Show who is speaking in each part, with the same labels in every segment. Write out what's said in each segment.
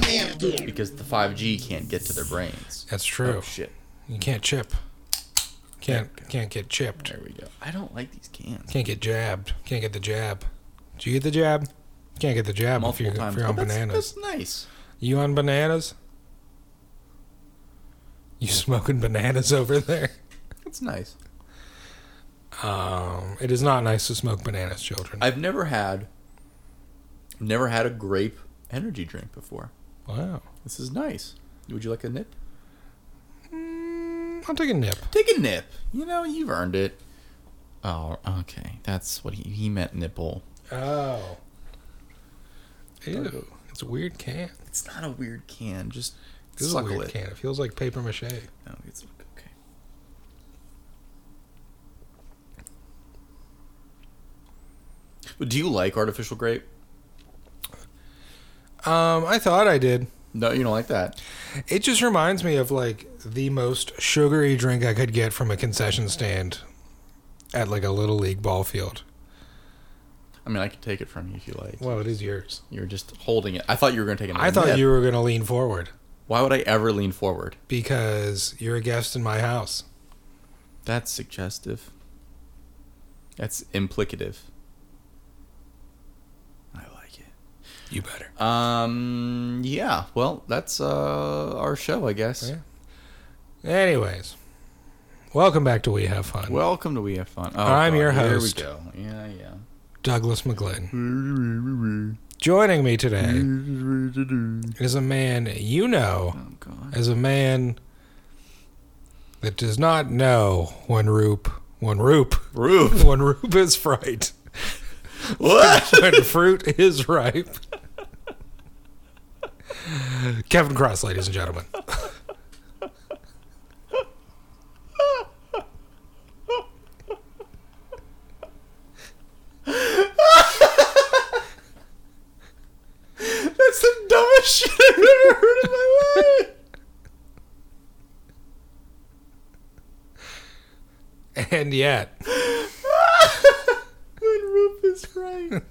Speaker 1: because the 5G can't get to their brains.
Speaker 2: That's true.
Speaker 1: Oh, shit.
Speaker 2: You can't chip. Can't can't get chipped.
Speaker 1: There we go. I don't like these cans.
Speaker 2: Can't get jabbed. Can't get the jab. Do you get the jab? Can't get the jab
Speaker 1: Multiple
Speaker 2: if you're,
Speaker 1: times.
Speaker 2: if you're
Speaker 1: Oh,
Speaker 2: on
Speaker 1: that's,
Speaker 2: bananas.
Speaker 1: That's nice.
Speaker 2: You on bananas? You smoking bananas over there?
Speaker 1: That's nice.
Speaker 2: Um, it is not nice to smoke bananas, children.
Speaker 1: I've never had, never had a grape energy drink before.
Speaker 2: wow.
Speaker 1: This is nice. Would you like a nip?
Speaker 2: Mm, I'll take a nip.
Speaker 1: Take a nip. You know, you've earned it. Oh, okay. That's what he, he meant nipple.
Speaker 2: Oh. Ew. It's a weird can.
Speaker 1: It's not a weird can. Just
Speaker 2: This is a
Speaker 1: suckle
Speaker 2: weird
Speaker 1: it.
Speaker 2: can. It feels like paper mache.
Speaker 1: No, it's okay. But do you like artificial grape?
Speaker 2: Um, I thought I did.
Speaker 1: No, you don't like that.
Speaker 2: It just reminds me of like the most sugary drink I could get from a concession stand at like a little league ball field.
Speaker 1: I mean, I could take it from you if you like.
Speaker 2: Well, it is yours.
Speaker 1: You were just holding it. I thought you were going to take it.
Speaker 2: I thought you were going to lean forward
Speaker 1: Why would I ever lean forward?
Speaker 2: because you're a guest in my house.
Speaker 1: That's suggestive. That's implicative. I like it.
Speaker 2: You better.
Speaker 1: Um. Yeah. Well, that's uh our show, I guess.
Speaker 2: Yeah. Anyways, welcome back to We Have Fun.
Speaker 1: Welcome to We Have Fun. Oh,
Speaker 2: I'm
Speaker 1: God,
Speaker 2: your host.
Speaker 1: Here we go. Yeah. Yeah.
Speaker 2: Douglas McGlynn. Joining me today
Speaker 1: Oh
Speaker 2: is a man you know
Speaker 1: God.
Speaker 2: as a man that does not know one roop, one roop,
Speaker 1: Roof.
Speaker 2: one roop is fright.
Speaker 1: What?
Speaker 2: when fruit is ripe. Kevin Cross, ladies and gentlemen.
Speaker 1: That's the dumbest shit I've ever heard in my life.
Speaker 2: And yet,
Speaker 1: When Roof is right.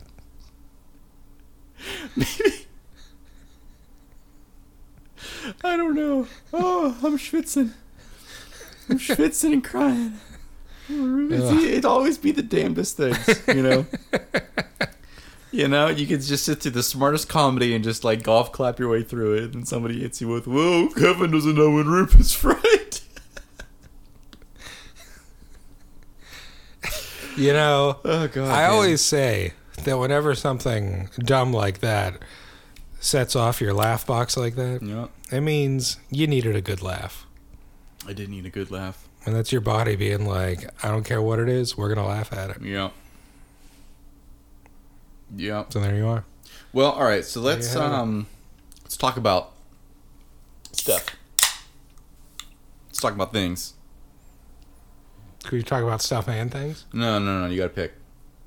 Speaker 1: Maybe. I don't know. Oh, I'm schwitzing. I'm schwitzing and crying. Oh, Roof is-
Speaker 2: Ugh.
Speaker 1: It'd always be the damnedest things, you know? You know, you could just sit through the smartest comedy and just like golf clap your way through it, and somebody hits you with, "Whoa, Kevin doesn't know when Rip is fried."
Speaker 2: you know,
Speaker 1: Oh god!
Speaker 2: I
Speaker 1: man.
Speaker 2: always say that whenever something dumb like that sets off your laugh box like that,
Speaker 1: yeah.
Speaker 2: it means you needed a good laugh.
Speaker 1: I did need a good laugh.
Speaker 2: And that's your body being like, I don't care what it is, we're going to laugh at it.
Speaker 1: Yeah. Yeah.
Speaker 2: So there you are.
Speaker 1: Well, all right. So let's
Speaker 2: Yeah.
Speaker 1: um, let's talk about stuff. Let's talk about things.
Speaker 2: Could we talk about stuff and things?
Speaker 1: No, no, no. You got to pick,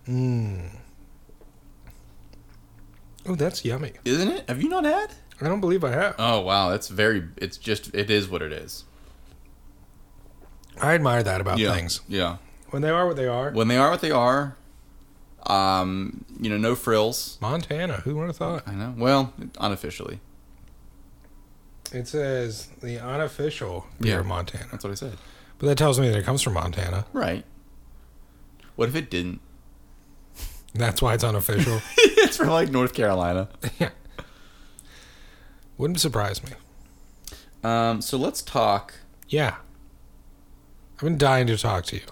Speaker 2: Mm. Oh, that's yummy.
Speaker 1: isn't it? Have you not had?
Speaker 2: I don't believe I have.
Speaker 1: Oh wow, that's very. It's just. It is what it is.
Speaker 2: I admire that about
Speaker 1: yeah.
Speaker 2: things.
Speaker 1: Yeah.
Speaker 2: When they are what they are.
Speaker 1: When they are what they are, um, you know, no frills.
Speaker 2: Montana. Who would have thought?
Speaker 1: I know. Well, unofficially,
Speaker 2: It says the unofficial beer
Speaker 1: Yeah.
Speaker 2: of Montana,
Speaker 1: that's what I said.
Speaker 2: but that tells me that it comes from Montana.
Speaker 1: Right. What if it didn't?
Speaker 2: That's why it's unofficial.
Speaker 1: it's from like North Carolina.
Speaker 2: yeah, wouldn't surprise me.
Speaker 1: Um, so let's talk.
Speaker 2: Yeah, I've been dying to talk to you.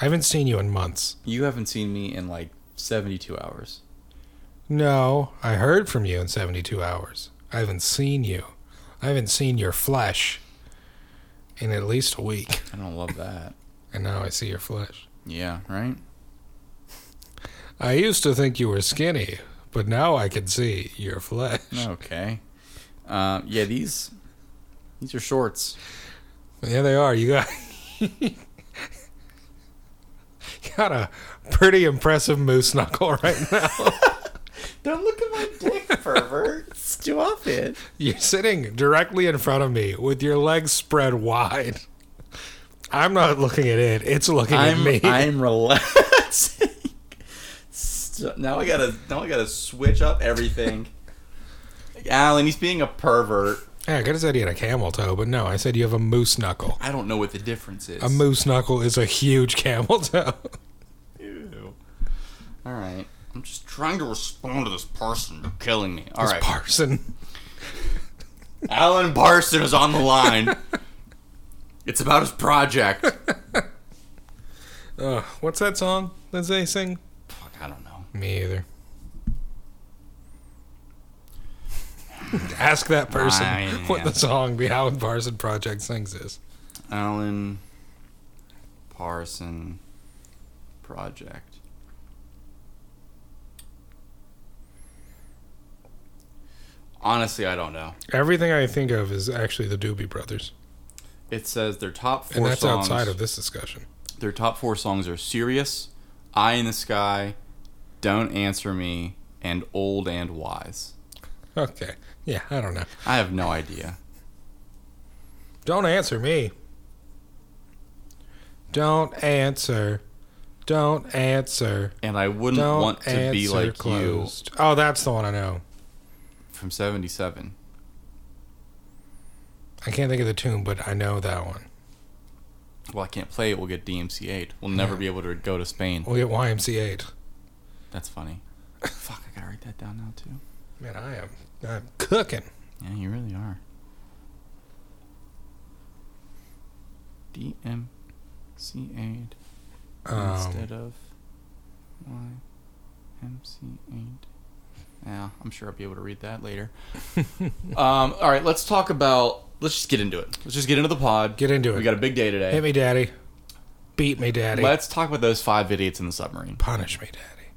Speaker 2: I haven't seen you in months.
Speaker 1: You haven't seen me in like 72 hours.
Speaker 2: No, I heard from you in seventy-two hours. I haven't seen you. I haven't seen your flesh in at least a week,
Speaker 1: I don't love that.
Speaker 2: and now I see your flesh.
Speaker 1: Yeah, right?
Speaker 2: I used to think you were skinny, but now I can see your flesh.
Speaker 1: Okay. Um, yeah, these these are shorts.
Speaker 2: Yeah, they are. You got got a pretty impressive moose knuckle right now.
Speaker 1: Don't look at my dick, pervert. Stop it.
Speaker 2: You're sitting directly in front of me with your legs spread wide. I'm not looking at it; it's looking
Speaker 1: I'm
Speaker 2: at me.
Speaker 1: I'm relaxing. St- now I gotta now I gotta switch up everything. I Alan, he's being a pervert.
Speaker 2: Yeah, I could have said he had a camel toe, but no, I said you have a moose knuckle.
Speaker 1: I don't know what the difference is.
Speaker 2: A moose knuckle is a huge camel toe.
Speaker 1: Ew. All right. I'm just trying to respond to this person. You're killing me. All
Speaker 2: It's
Speaker 1: right.
Speaker 2: Parson.
Speaker 1: Alan Parson is on the line. it's about his project.
Speaker 2: Uh, what's that song that they sing?
Speaker 1: Fuck, I don't know.
Speaker 2: Me either. Ask that person
Speaker 1: I-
Speaker 2: what the song the Alan Parson Project sings is.
Speaker 1: Alan Parson project. Honestly, I don't know.
Speaker 2: Everything I think of is actually the Doobie Brothers,
Speaker 1: It says their top four
Speaker 2: and that's
Speaker 1: songs.
Speaker 2: outside of this discussion.
Speaker 1: Their top four songs are "Serious," "Eye in the Sky," "Don't Answer Me," and "Old and Wise."
Speaker 2: Okay, yeah, I don't know.
Speaker 1: I have no idea.
Speaker 2: Don't answer me. Don't answer. Don't answer.
Speaker 1: And I wouldn't
Speaker 2: Don't
Speaker 1: want to
Speaker 2: answer.
Speaker 1: be like
Speaker 2: closed. Oh, that's the one I know.
Speaker 1: you from '77.
Speaker 2: I can't think of the tune, but I know that one.
Speaker 1: Well, I can't play it. We'll get DMCA'd. We'll never be able to go to Spain.
Speaker 2: We'll get YMCA.
Speaker 1: That's funny. Fuck, I gotta write that down now too.
Speaker 2: Man, I am. I'm cooking.
Speaker 1: Yeah, you really are. DMCA'd
Speaker 2: Um,
Speaker 1: instead of YMCA'd. Yeah, I'm sure I'll be able to read that later. um, all right, let's talk about. Let's just get into it. Let's just get into the pod.
Speaker 2: Get into
Speaker 1: We
Speaker 2: it.
Speaker 1: got a big day today.
Speaker 2: Hit me, daddy. Beat me, daddy.
Speaker 1: Let's talk about those five idiots in the submarine.
Speaker 2: Punish me, daddy.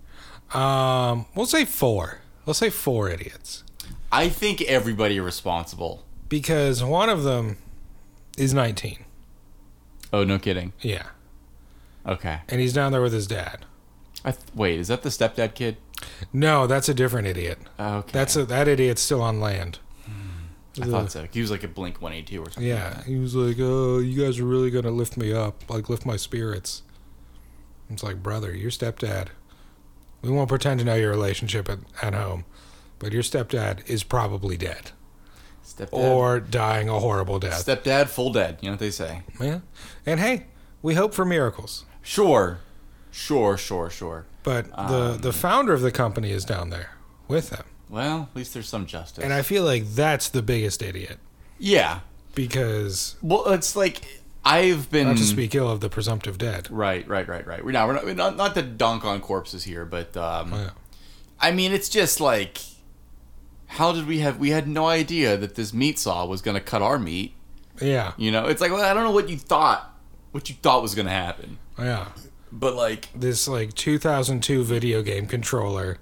Speaker 2: Um, we'll say four. We'll say four idiots
Speaker 1: I think everybody responsible.
Speaker 2: because one of them is 19.
Speaker 1: Oh, no kidding.
Speaker 2: Yeah,
Speaker 1: Okay.
Speaker 2: and he's down there with his dad.
Speaker 1: I th- wait, is that the stepdad kid?
Speaker 2: No, that's a different idiot.
Speaker 1: Oh, Okay. Hmm.
Speaker 2: That's a, that idiot's still on land.
Speaker 1: I thought so. He was like a Blink 182 or something.
Speaker 2: Yeah, he was like, "Oh, you guys are really gonna lift me up, like lift my spirits." It's like, brother, your stepdad. We won't pretend to know your relationship at, at home, but your stepdad is probably dead
Speaker 1: Stepdad.
Speaker 2: or dying a horrible death.
Speaker 1: stepdad, full dead. You know what they say.
Speaker 2: yeah, and hey, we hope for miracles.
Speaker 1: Sure. Sure, sure, sure.
Speaker 2: But
Speaker 1: Um.
Speaker 2: the the founder of the company is down there with them,
Speaker 1: Well, at least there's some justice.
Speaker 2: and I feel like that's the biggest idiot
Speaker 1: yeah.
Speaker 2: because
Speaker 1: Well, it's like I've been.
Speaker 2: not to speak ill of the presumptive dead.
Speaker 1: Right, right, right, right. We're not, we're not, we're not, not to dunk on corpses here, but um,
Speaker 2: Oh, Yeah.
Speaker 1: I mean, it's just like, how did we have? We had no idea that this meat saw was going to cut our meat.
Speaker 2: Yeah,
Speaker 1: You know, it's like, well, I don't know what you thought, what you thought was going to happen,
Speaker 2: yeah.
Speaker 1: but like,
Speaker 2: this like 2002 video game controller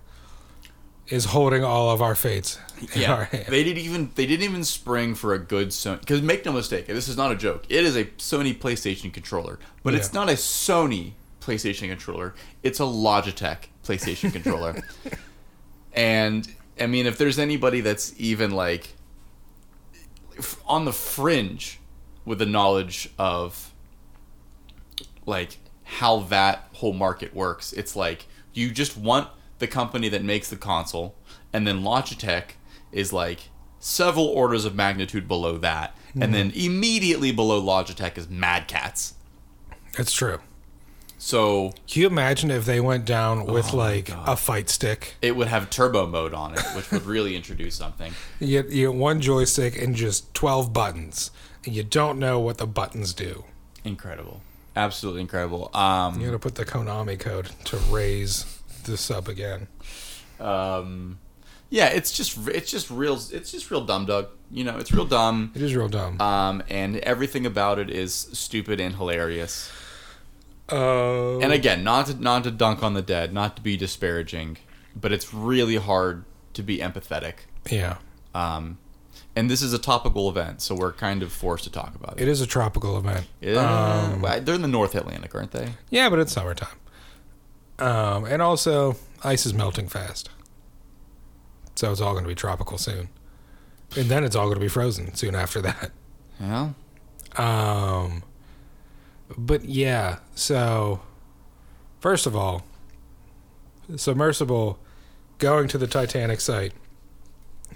Speaker 2: is holding all of our fates in our
Speaker 1: yeah,
Speaker 2: hand.
Speaker 1: they didn't even they didn't even spring for a good Sony. Because make no mistake, this is not a joke. It is a Sony PlayStation controller, but it's
Speaker 2: Yeah.
Speaker 1: not a Sony PlayStation controller. It's a Logitech PlayStation controller. And I mean, if there's anybody that's even like f- on the fringe with the knowledge of like how that whole market works, it's like you just want the company that makes the console, and then Logitech is like several orders of magnitude below that, and then immediately below Logitech is Mad Cats.
Speaker 2: It's true.
Speaker 1: So
Speaker 2: Can you imagine if they went down with like a fight stick,
Speaker 1: it would have turbo mode on it, which would really introduce something.
Speaker 2: you get, you get one joystick and just 12 buttons, and you don't know what the buttons do.
Speaker 1: Incredible. Absolutely incredible. Um,
Speaker 2: You gotta put the Konami code to raise this up again.
Speaker 1: um, yeah, it's just it's just real it's just real dumb, Doug. You know, it's real dumb.
Speaker 2: It is real dumb.
Speaker 1: Um, and everything about it is stupid and hilarious.
Speaker 2: Uh,
Speaker 1: And again, not to, not to dunk on the dead, not to be disparaging, but it's really hard to be empathetic.
Speaker 2: yeah,
Speaker 1: Um, and this is a topical event, so we're kind of forced to talk about it.
Speaker 2: it is a tropical event.
Speaker 1: Yeah, well, they're in the North Atlantic, aren't they?
Speaker 2: Yeah, but it's summertime. Um, and also, ice is melting fast. So it's all going to be tropical soon. And then it's all going to be frozen soon after that.
Speaker 1: Yeah.
Speaker 2: Um, but yeah, so first of all, submersible going to the Titanic site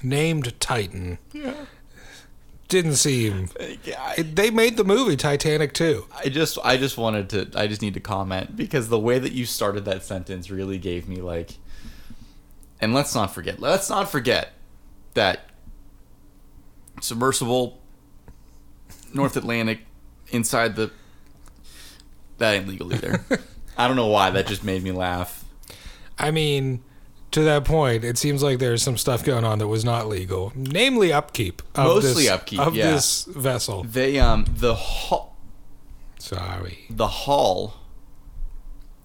Speaker 2: named Titan
Speaker 1: Yeah.
Speaker 2: didn't seem.
Speaker 1: I,
Speaker 2: It, they made the movie Titanic too.
Speaker 1: I just I just wanted to I just need to comment because the way that you started that sentence really gave me like and let's not forget let's not forget that submersible North Atlantic inside the that ain't legal either. I don't know why that just made me laugh.
Speaker 2: I mean, to that point, it seems like there's some stuff going on that was not legal, namely upkeep. Of
Speaker 1: Mostly
Speaker 2: this,
Speaker 1: upkeep,
Speaker 2: of
Speaker 1: yeah.
Speaker 2: this vessel.
Speaker 1: They um the hull
Speaker 2: Sorry.
Speaker 1: the hull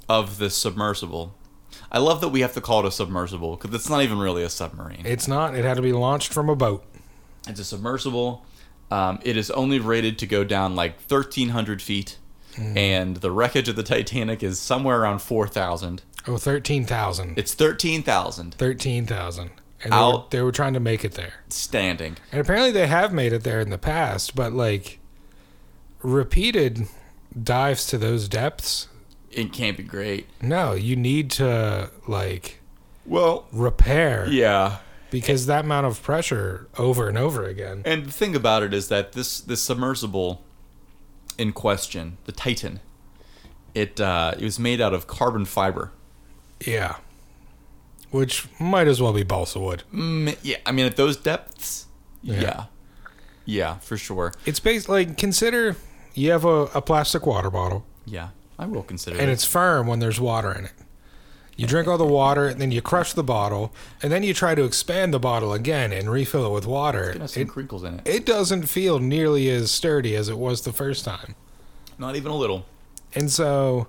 Speaker 1: of the submersible. I love that we have to call it a submersible because it's not even really a submarine.
Speaker 2: It's not. It had to be launched from a boat.
Speaker 1: It's a submersible. Um, it is only rated to go down like 1,300 feet,
Speaker 2: Hmm.
Speaker 1: and the wreckage of the Titanic is somewhere around 4,000.
Speaker 2: Oh, 13,000.
Speaker 1: It's 13,000
Speaker 2: 13,000. And they were,
Speaker 1: Out.
Speaker 2: they were trying to make it there.
Speaker 1: standing.
Speaker 2: And apparently they have made it there in the past, but like repeated dives to those depths,
Speaker 1: It can't be great.
Speaker 2: no, you need to like
Speaker 1: Well,
Speaker 2: repair
Speaker 1: yeah.
Speaker 2: because that amount of pressure over and over again.
Speaker 1: And the thing about it is that this this submersible in question, the Titan, it uh, it was made out of carbon fiber.
Speaker 2: Yeah. Which might as well be balsa wood.
Speaker 1: Mm, yeah, I mean at those depths,
Speaker 2: Yeah.
Speaker 1: yeah, yeah, for sure.
Speaker 2: It's based like consider you have a, a plastic water bottle
Speaker 1: Yeah, I will consider
Speaker 2: and
Speaker 1: it.
Speaker 2: it's firm when there's water in it. You drink all the water and then you crush the bottle and then you try to expand the bottle again and refill it with water.
Speaker 1: It has some
Speaker 2: It,
Speaker 1: crinkles in it.
Speaker 2: it doesn't feel nearly as sturdy as it was the first time.
Speaker 1: Not even a little.
Speaker 2: And so,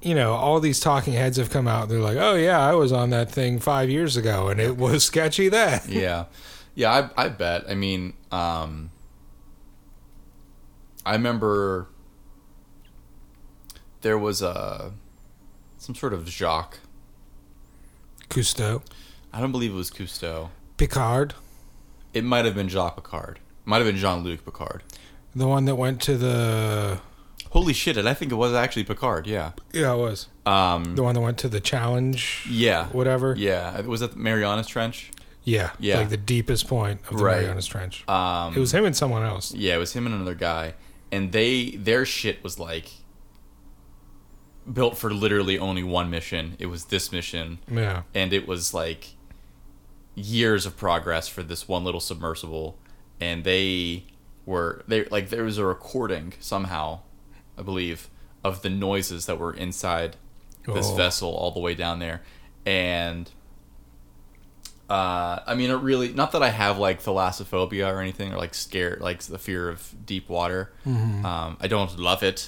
Speaker 2: you know, all these talking heads have come out. They're like, oh, yeah, I was on that thing five years ago and it was sketchy then.
Speaker 1: yeah yeah I, I bet i mean um i remember there was a some sort of jacques
Speaker 2: Cousteau,
Speaker 1: i don't believe it was cousteau
Speaker 2: Picard,
Speaker 1: it might have been jacques picard might have been jean-luc picard
Speaker 2: the one that went to the.
Speaker 1: holy shit and i think it was actually picard yeah
Speaker 2: Yeah, it was.
Speaker 1: um
Speaker 2: The one that went to the challenge,
Speaker 1: yeah
Speaker 2: whatever.
Speaker 1: yeah was that the marianas trench
Speaker 2: Yeah.
Speaker 1: Yeah.
Speaker 2: Like the deepest point of the
Speaker 1: Right.
Speaker 2: Marianas Trench.
Speaker 1: um
Speaker 2: It was him and someone else.
Speaker 1: Yeah, it was him and another guy, and they their shit was like built for literally only one mission. It was this mission,
Speaker 2: Yeah.
Speaker 1: and it was like years of progress for this one little submersible, and they were they like there was a recording somehow, I believe, of the noises that were inside this
Speaker 2: Oh.
Speaker 1: vessel all the way down there, and. Uh, I mean, it really. Not that I have like thalassophobia or anything, or like scare, like the fear of deep water. Um, I don't love it.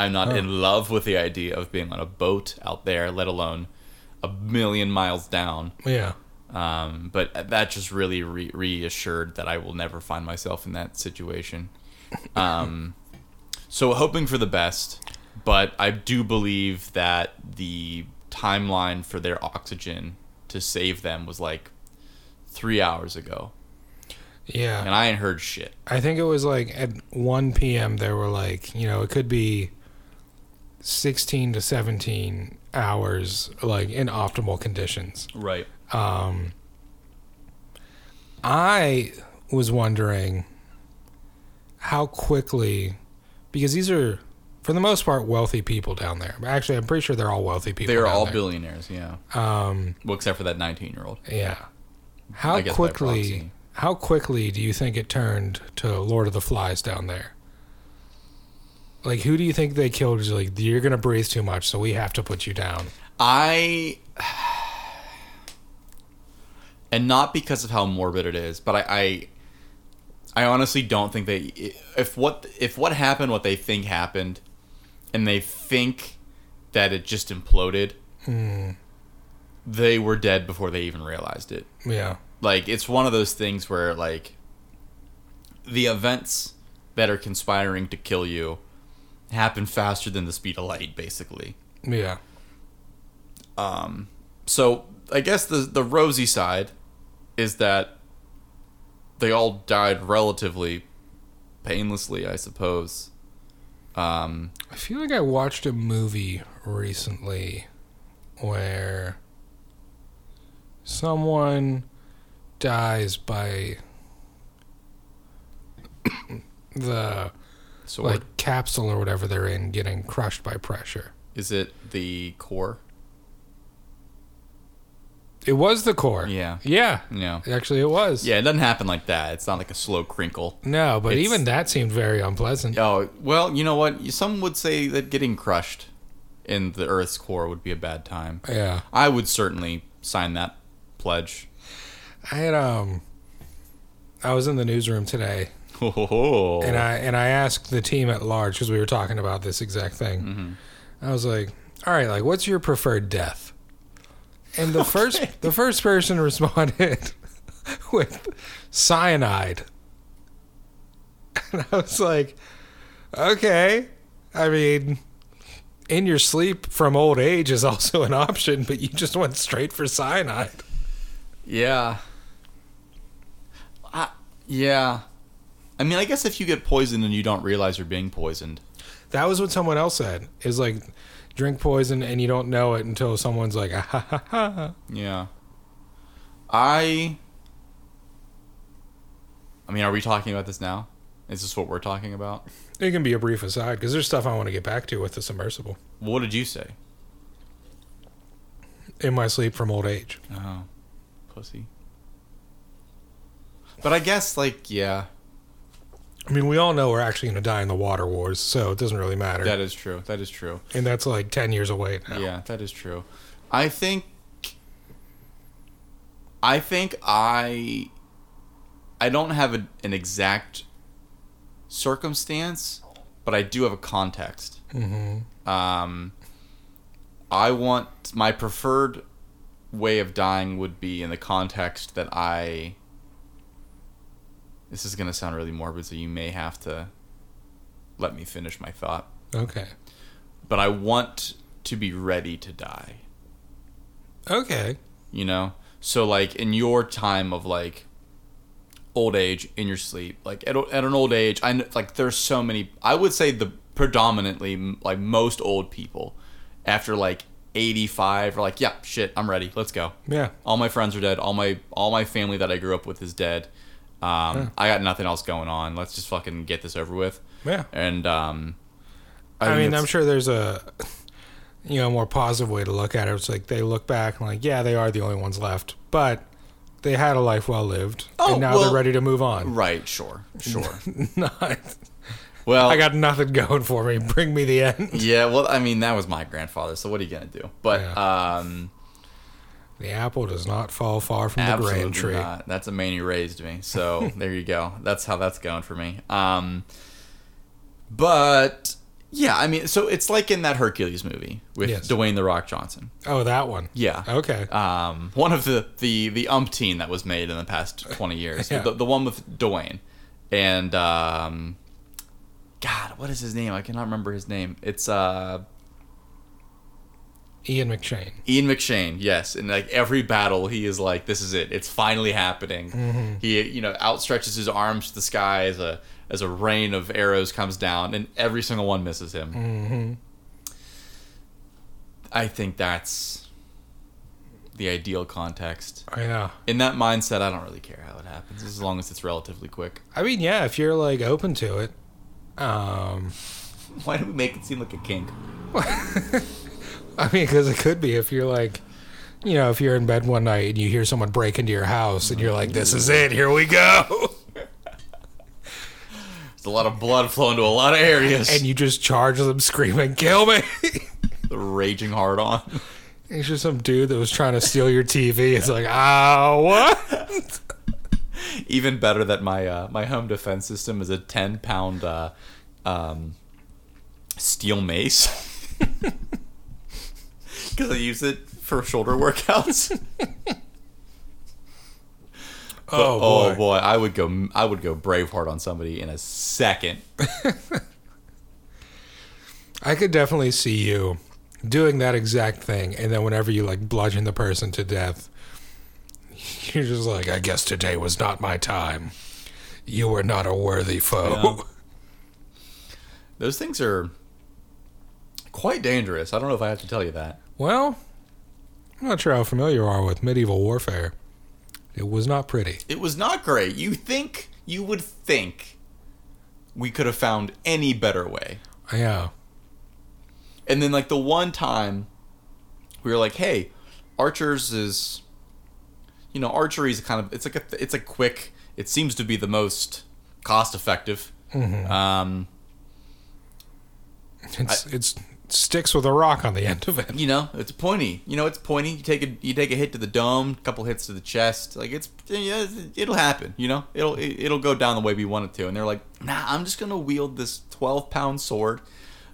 Speaker 1: I'm not in love with the idea of being on a boat out there, let alone a million miles down.
Speaker 2: Yeah.
Speaker 1: Um, but that just really re- reassured that I will never find myself in that situation. Um, so hoping for the best, but I do believe that the timeline for their oxygen to save them was like three hours ago,
Speaker 2: Yeah.
Speaker 1: and I ain't heard shit.
Speaker 2: I think it was like at 1 p.m. There were like, you know, it could be 16 to 17 hours, like in optimal conditions.
Speaker 1: Right.
Speaker 2: I was wondering how quickly, because these are, for the most part, wealthy people down there. Actually, I'm pretty sure they're all wealthy people.
Speaker 1: They are
Speaker 2: down
Speaker 1: all
Speaker 2: there.
Speaker 1: billionaires. Yeah.
Speaker 2: Um,
Speaker 1: Well, except for that 19 year old.
Speaker 2: yeah. How
Speaker 1: I guess by
Speaker 2: quickly?
Speaker 1: proxy.
Speaker 2: How quickly do you think it turned to Lord of the Flies down there? Like, who do you think they killed? Is like, you're gonna breathe too much, so we have to put you down.
Speaker 1: I and not because of how morbid it is, but I, I I honestly don't think they if what if what happened what they think happened and they think that it just imploded. They were dead before they even realized it.
Speaker 2: Yeah.
Speaker 1: Like it's one of those things where like the events that are conspiring to kill you happen faster than the speed of light basically.
Speaker 2: Yeah.
Speaker 1: so I guess the the rosy side is that they all died relatively painlessly, I suppose. Um,
Speaker 2: I feel like I watched a movie recently where someone dies by the
Speaker 1: So what-
Speaker 2: like capsule or whatever they're in getting crushed by pressure.
Speaker 1: is it the core?
Speaker 2: It was the core.
Speaker 1: Yeah.
Speaker 2: Yeah.
Speaker 1: No.
Speaker 2: Actually, it was.
Speaker 1: Yeah, it doesn't happen like that. It's not like a slow crinkle.
Speaker 2: No, but
Speaker 1: It's-
Speaker 2: even that seemed very unpleasant.
Speaker 1: Oh, well, you know what? Some would say that getting crushed in the Earth's core would be a bad time.
Speaker 2: Yeah.
Speaker 1: I would certainly sign that pledge.
Speaker 2: I had um I was in the newsroom today
Speaker 1: Ho, ho, ho.
Speaker 2: and I and I asked the team at large because we were talking about this exact thing. I was like, "All right, like, what's your preferred death?" And the first the first person responded with cyanide, and I was like, "Okay, I mean." In your sleep from old age is also an option, but you just went straight for cyanide.
Speaker 1: Yeah. I, yeah. I mean, I guess if you get poisoned and you don't realize you're being poisoned.
Speaker 2: That was what someone else said. Is like drink poison and you don't know it until someone's like, ah, ha, ha, ha.
Speaker 1: Yeah. I. I mean, are we talking about this now? Is this what we're talking about?
Speaker 2: It can be a brief aside because there's stuff I want to get back to with the submersible
Speaker 1: What did you say?
Speaker 2: in my sleep from old age.
Speaker 1: Oh, pussy. But I guess, like, yeah,
Speaker 2: I mean, we all know we're actually going to die in the water wars, so it doesn't really matter.
Speaker 1: that is true. That is true.
Speaker 2: and that's like 10 years away now.
Speaker 1: Yeah, that is true. I think. I think I. I don't have a, an exact circumstance, but I do have a context. Mm-hmm. Um, I want my preferred way of dying would be in the context that I. This is gonna sound really morbid, so you may have to let me finish my thought
Speaker 2: Okay.
Speaker 1: but I want to be ready to die,
Speaker 2: Okay.
Speaker 1: you know? So like in your time of like old age in your sleep, like at, at an old age, I kn- like there's so many I would say the predominantly m- like most old people after like 85 are like, "Yeah, shit, I'm ready. Let's go."
Speaker 2: Yeah.
Speaker 1: All my friends are dead. All my all my family that I grew up with is dead. Um, I got nothing else going on. Let's just fucking get this over with.
Speaker 2: Yeah.
Speaker 1: And um
Speaker 2: I,
Speaker 1: think
Speaker 2: mean,
Speaker 1: it's-
Speaker 2: I'm sure there's a. You know, more positive way to look at it. It's like they look back and like, yeah, they are the only ones left, but they had a life well lived,
Speaker 1: Oh,
Speaker 2: and now
Speaker 1: well-
Speaker 2: they're ready to move on.
Speaker 1: right, sure. Sure.
Speaker 2: Not
Speaker 1: Well,
Speaker 2: I got nothing going for me. Bring me the end.
Speaker 1: Yeah, well, I mean, that was my grandfather, so what are you gonna do? But um,
Speaker 2: The apple does not fall far from the
Speaker 1: absolutely
Speaker 2: grand tree.
Speaker 1: not. That's a man who raised me. So there you go. That's how that's going for me. Um, but yeah, I mean, so it's like in that Hercules movie with
Speaker 2: Yes.
Speaker 1: Dwayne the Rock Johnson.
Speaker 2: Oh, that one.
Speaker 1: Yeah.
Speaker 2: Okay.
Speaker 1: Um, one of the the the umpteen that was made in the past twenty years.
Speaker 2: Yeah.
Speaker 1: the, the one with Dwayne and um, God, what is his name? I cannot remember his name. It's uh.
Speaker 2: Ian McShane.
Speaker 1: Ian McShane, yes, in like every battle, he is like, "This is it. It's finally happening."
Speaker 2: Mm-hmm.
Speaker 1: He, you know, outstretches his arms to the sky as a as a rain of arrows comes down, and every single one misses him.
Speaker 2: Mm-hmm.
Speaker 1: I think that's the ideal context.
Speaker 2: Oh, yeah.
Speaker 1: In that mindset, I don't really care how it happens, as long as it's relatively quick.
Speaker 2: I mean, yeah, if you're like open to it. Um,
Speaker 1: Why do we make it seem like a kink?
Speaker 2: I mean, because it could be if you're like, you know, if you're in bed one night and you hear someone break into your house and you're like, this is it. Here we go.
Speaker 1: There's a lot of blood flowing to a lot of areas.
Speaker 2: And you just charge them screaming, kill me.
Speaker 1: the raging hard on.
Speaker 2: it's just some dude that was trying to steal your TV. It's like, ah, what?
Speaker 1: even better that my uh, my home defense system is a ten pound uh, um, steel mace because I use it for shoulder workouts.
Speaker 2: Oh, boy.
Speaker 1: oh boy, I would go I would go Braveheart on somebody in a second.
Speaker 2: I could definitely see you doing that exact thing, and then whenever you like bludgeon the person to death, you're just like, I guess today was not my time. You were not a worthy foe.
Speaker 1: Those things are quite dangerous. I don't know if I have to tell you that.
Speaker 2: Well, I'm not sure how familiar you are with medieval warfare, It was not pretty.
Speaker 1: It was not great. You think you would think we could have found any better way.
Speaker 2: Yeah.
Speaker 1: And then like the one time we were like, "Hey, archers is you know, archery is kind of it's like a it's a quick, it seems to be the most cost effective. Um,
Speaker 2: It's it's sticks with a rock on the end of it.
Speaker 1: you know, it's pointy. You know, it's pointy. You take a you take a hit to the dome, a couple hits to the chest. Like it's yeah, it'll happen. You know, it'll it- it'll go down the way we want it to. And they're like, nah, I'm just gonna wield this 12 pound sword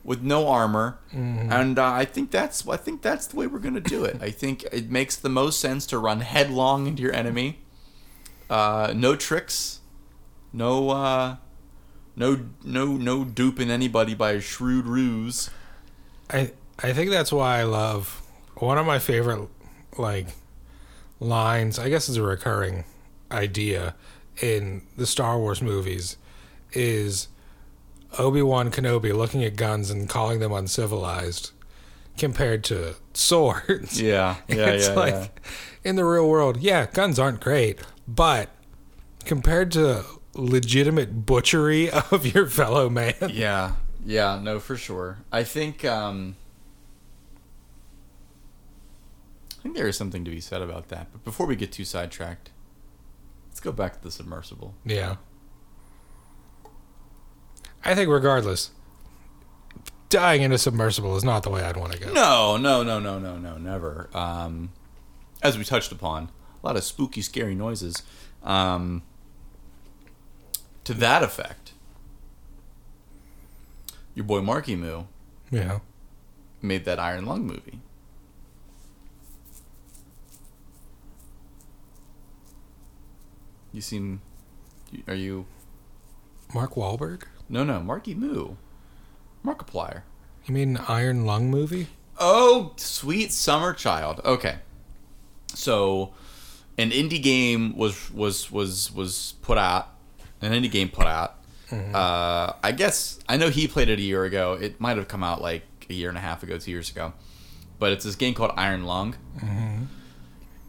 Speaker 1: with no armor, and uh, I think that's I think that's the way we're gonna do it. I think it makes the most sense to run headlong into your enemy. Uh, no tricks, no uh, no no no duping anybody by a shrewd ruse.
Speaker 2: I I think that's why I love one of my favorite like lines. I guess is a recurring idea in the Star Wars movies is Obi Wan Kenobi looking at guns and calling them uncivilized compared to swords.
Speaker 1: Yeah, yeah,
Speaker 2: it's like in the real world, yeah, guns aren't great, but compared to legitimate butchery of your fellow man,
Speaker 1: Yeah, yeah, no, for sure. I think um, I think there is something to be said about that. But before we get too sidetracked, let's go back to the submersible.
Speaker 2: Yeah. I think regardless, dying in a submersible is not the way I'd want to go.
Speaker 1: No, no, no, no, no, no, never. Um, as we touched upon, a lot of spooky, scary noises. Um, to that effect, your boy Marky Moo
Speaker 2: Yeah.
Speaker 1: made that Iron Lung movie. You seem. Are you.
Speaker 2: Mark Wahlberg?
Speaker 1: No, no, Marky Moo. Markiplier.
Speaker 2: You mean Iron Lung movie?
Speaker 1: Oh, sweet summer child. Okay. So, an indie game was was was was put out. An indie game put out. Uh, I guess I know he played it a year ago. It might have come out like a year and a half ago, two years ago. But it's this game called Iron Lung,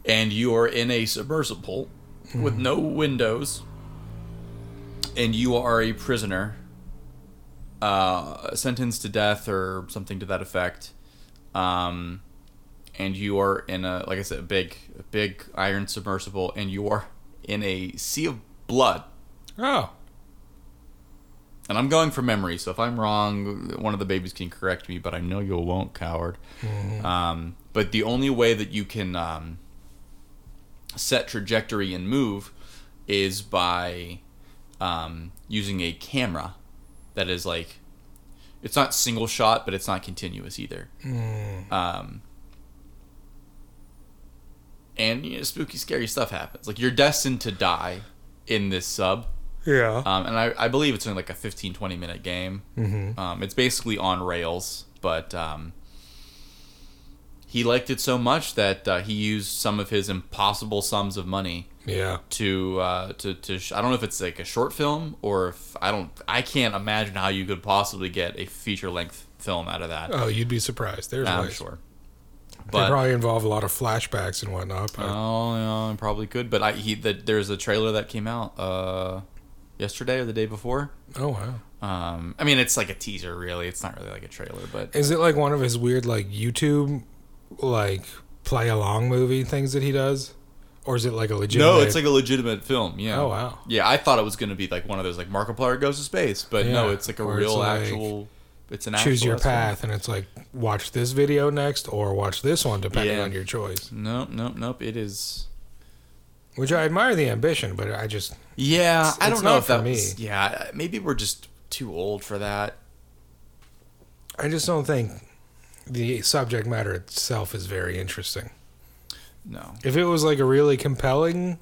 Speaker 1: and you are in a submersible with no windows, and you are a prisoner, uh, sentenced to death or something to that effect um, and you are in a like I said, a big, a big iron submersible, and you are in a sea of blood.
Speaker 2: Oh.
Speaker 1: And I'm going from memory, so if I'm wrong, one of the babies can correct me, but I know you won't, coward. Um, but the only way that you can um, set trajectory and move is by um, using a camera that is like it's not single shot, but it's not continuous either. Um, and you know, spooky, scary stuff happens. Like you're destined to die in this sub,
Speaker 2: Yeah.
Speaker 1: um, and I, I believe it's in like a 15, 20 minute game. Mm-hmm. Um, it's basically on rails, but um, he liked it so much that uh, he used some of his impossible sums of money
Speaker 2: yeah.
Speaker 1: to uh, to to sh- I don't know if it's like a short film or if I don't I can't imagine how you could possibly get a feature length film out of that.
Speaker 2: Oh, you'd be surprised. There's
Speaker 1: I'm
Speaker 2: ways.
Speaker 1: sure.
Speaker 2: They
Speaker 1: But
Speaker 2: probably involve a lot of flashbacks and whatnot. But
Speaker 1: oh, yeah, I probably could. But I he the, there's a trailer that came out uh, yesterday or the day before.
Speaker 2: oh wow.
Speaker 1: Um, I mean, it's like a teaser, really. It's not really like a trailer, but
Speaker 2: Is it like one of his weird like YouTube like play along movie things that he does? Or is it like a legitimate
Speaker 1: no, it's like a legitimate film. Yeah.
Speaker 2: Oh, wow.
Speaker 1: Yeah, I thought it was gonna be like one of those like Markiplier goes to space, but no,
Speaker 2: Yeah,
Speaker 1: it's like a
Speaker 2: or it's
Speaker 1: real
Speaker 2: like,
Speaker 1: actual. It's an
Speaker 2: choose
Speaker 1: actual,
Speaker 2: your
Speaker 1: that's what-
Speaker 2: path and it's like watch this video next or watch this one depending
Speaker 1: Yeah.
Speaker 2: on your choice.
Speaker 1: Nope, nope, nope. It is
Speaker 2: Which I admire the ambition, but I just
Speaker 1: Yeah, I
Speaker 2: it's
Speaker 1: don't know
Speaker 2: not
Speaker 1: if that
Speaker 2: for
Speaker 1: was. Yeah, maybe we're just too old for that.
Speaker 2: I just don't think the subject matter itself is very interesting.
Speaker 1: No.
Speaker 2: If it was like a really compelling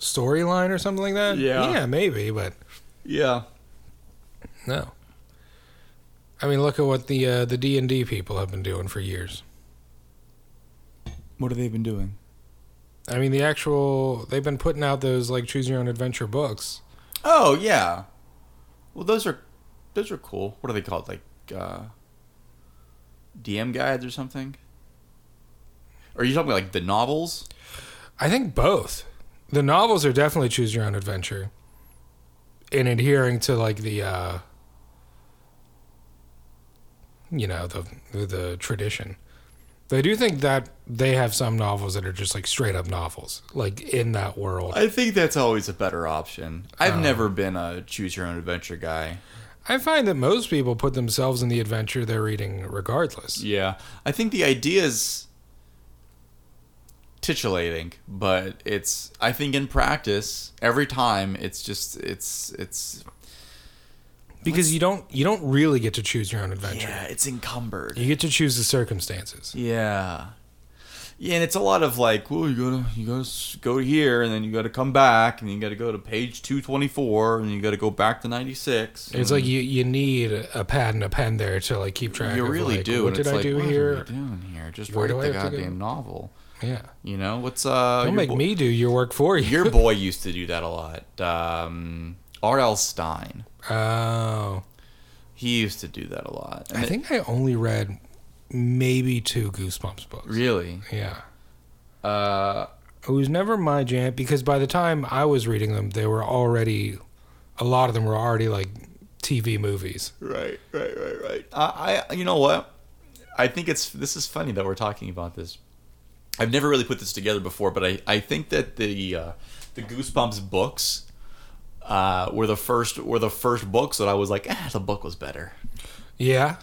Speaker 2: storyline or something like that,
Speaker 1: Yeah.
Speaker 2: yeah, maybe, but
Speaker 1: Yeah.
Speaker 2: no. I mean, look at what the uh, the D and D people have been doing for years.
Speaker 1: What have they been doing?
Speaker 2: I mean, the actual they've been putting out those like choose your own adventure books.
Speaker 1: Oh yeah. Well, those are those are cool. What are they called? Like uh, DM guides or something? Are you talking about like the novels?
Speaker 2: I think both. the novels are definitely choose your own adventure and adhering to like the uh you know the the tradition i do think that they have some novels that are just like straight up novels like in that world
Speaker 1: I think that's always a better option. I've never been a choose your own adventure guy.
Speaker 2: i find that most people put themselves in the adventure they're reading regardless
Speaker 1: Yeah. I think the idea is titillating, but it's I think in practice, every time it's just it's it's
Speaker 2: because you don't you don't really get to choose your own adventure
Speaker 1: yeah, it's encumbered.
Speaker 2: you get to choose the circumstances
Speaker 1: Yeah. Yeah, and it's a lot of like, well, you gotta you gotta s- go here, and then you gotta come back, and you gotta go to page two twenty four, and you gotta go back to ninety six.
Speaker 2: It's like you, you need a pad and a pen there to like keep track.
Speaker 1: you
Speaker 2: of,
Speaker 1: really
Speaker 2: like,
Speaker 1: do. and
Speaker 2: What did
Speaker 1: it's
Speaker 2: I
Speaker 1: like, Oh,
Speaker 2: do
Speaker 1: what are
Speaker 2: here?
Speaker 1: we doing here? Just
Speaker 2: Where
Speaker 1: write
Speaker 2: do I
Speaker 1: the
Speaker 2: have to go?
Speaker 1: goddamn novel.
Speaker 2: Yeah.
Speaker 1: You know what's uh? your
Speaker 2: Don't make
Speaker 1: bo-
Speaker 2: me do your work for you.
Speaker 1: Your boy used to do that a lot. Um, R.L. Stein.
Speaker 2: Oh,
Speaker 1: He used to do that a lot. And
Speaker 2: I
Speaker 1: it-
Speaker 2: think I only read maybe two Goosebumps books.
Speaker 1: really.
Speaker 2: Yeah.
Speaker 1: Uh,
Speaker 2: It was never my jam because by the time I was reading them, they were already, a lot of them were already like TV movies.
Speaker 1: right, right, right, right. I, I, you know what? I think it's this is funny that we're talking about this. I've never really put this together before, but I, I think that the uh, the Goosebumps books uh, were the first were the first books that I was like, ah, the book was better.
Speaker 2: Yeah.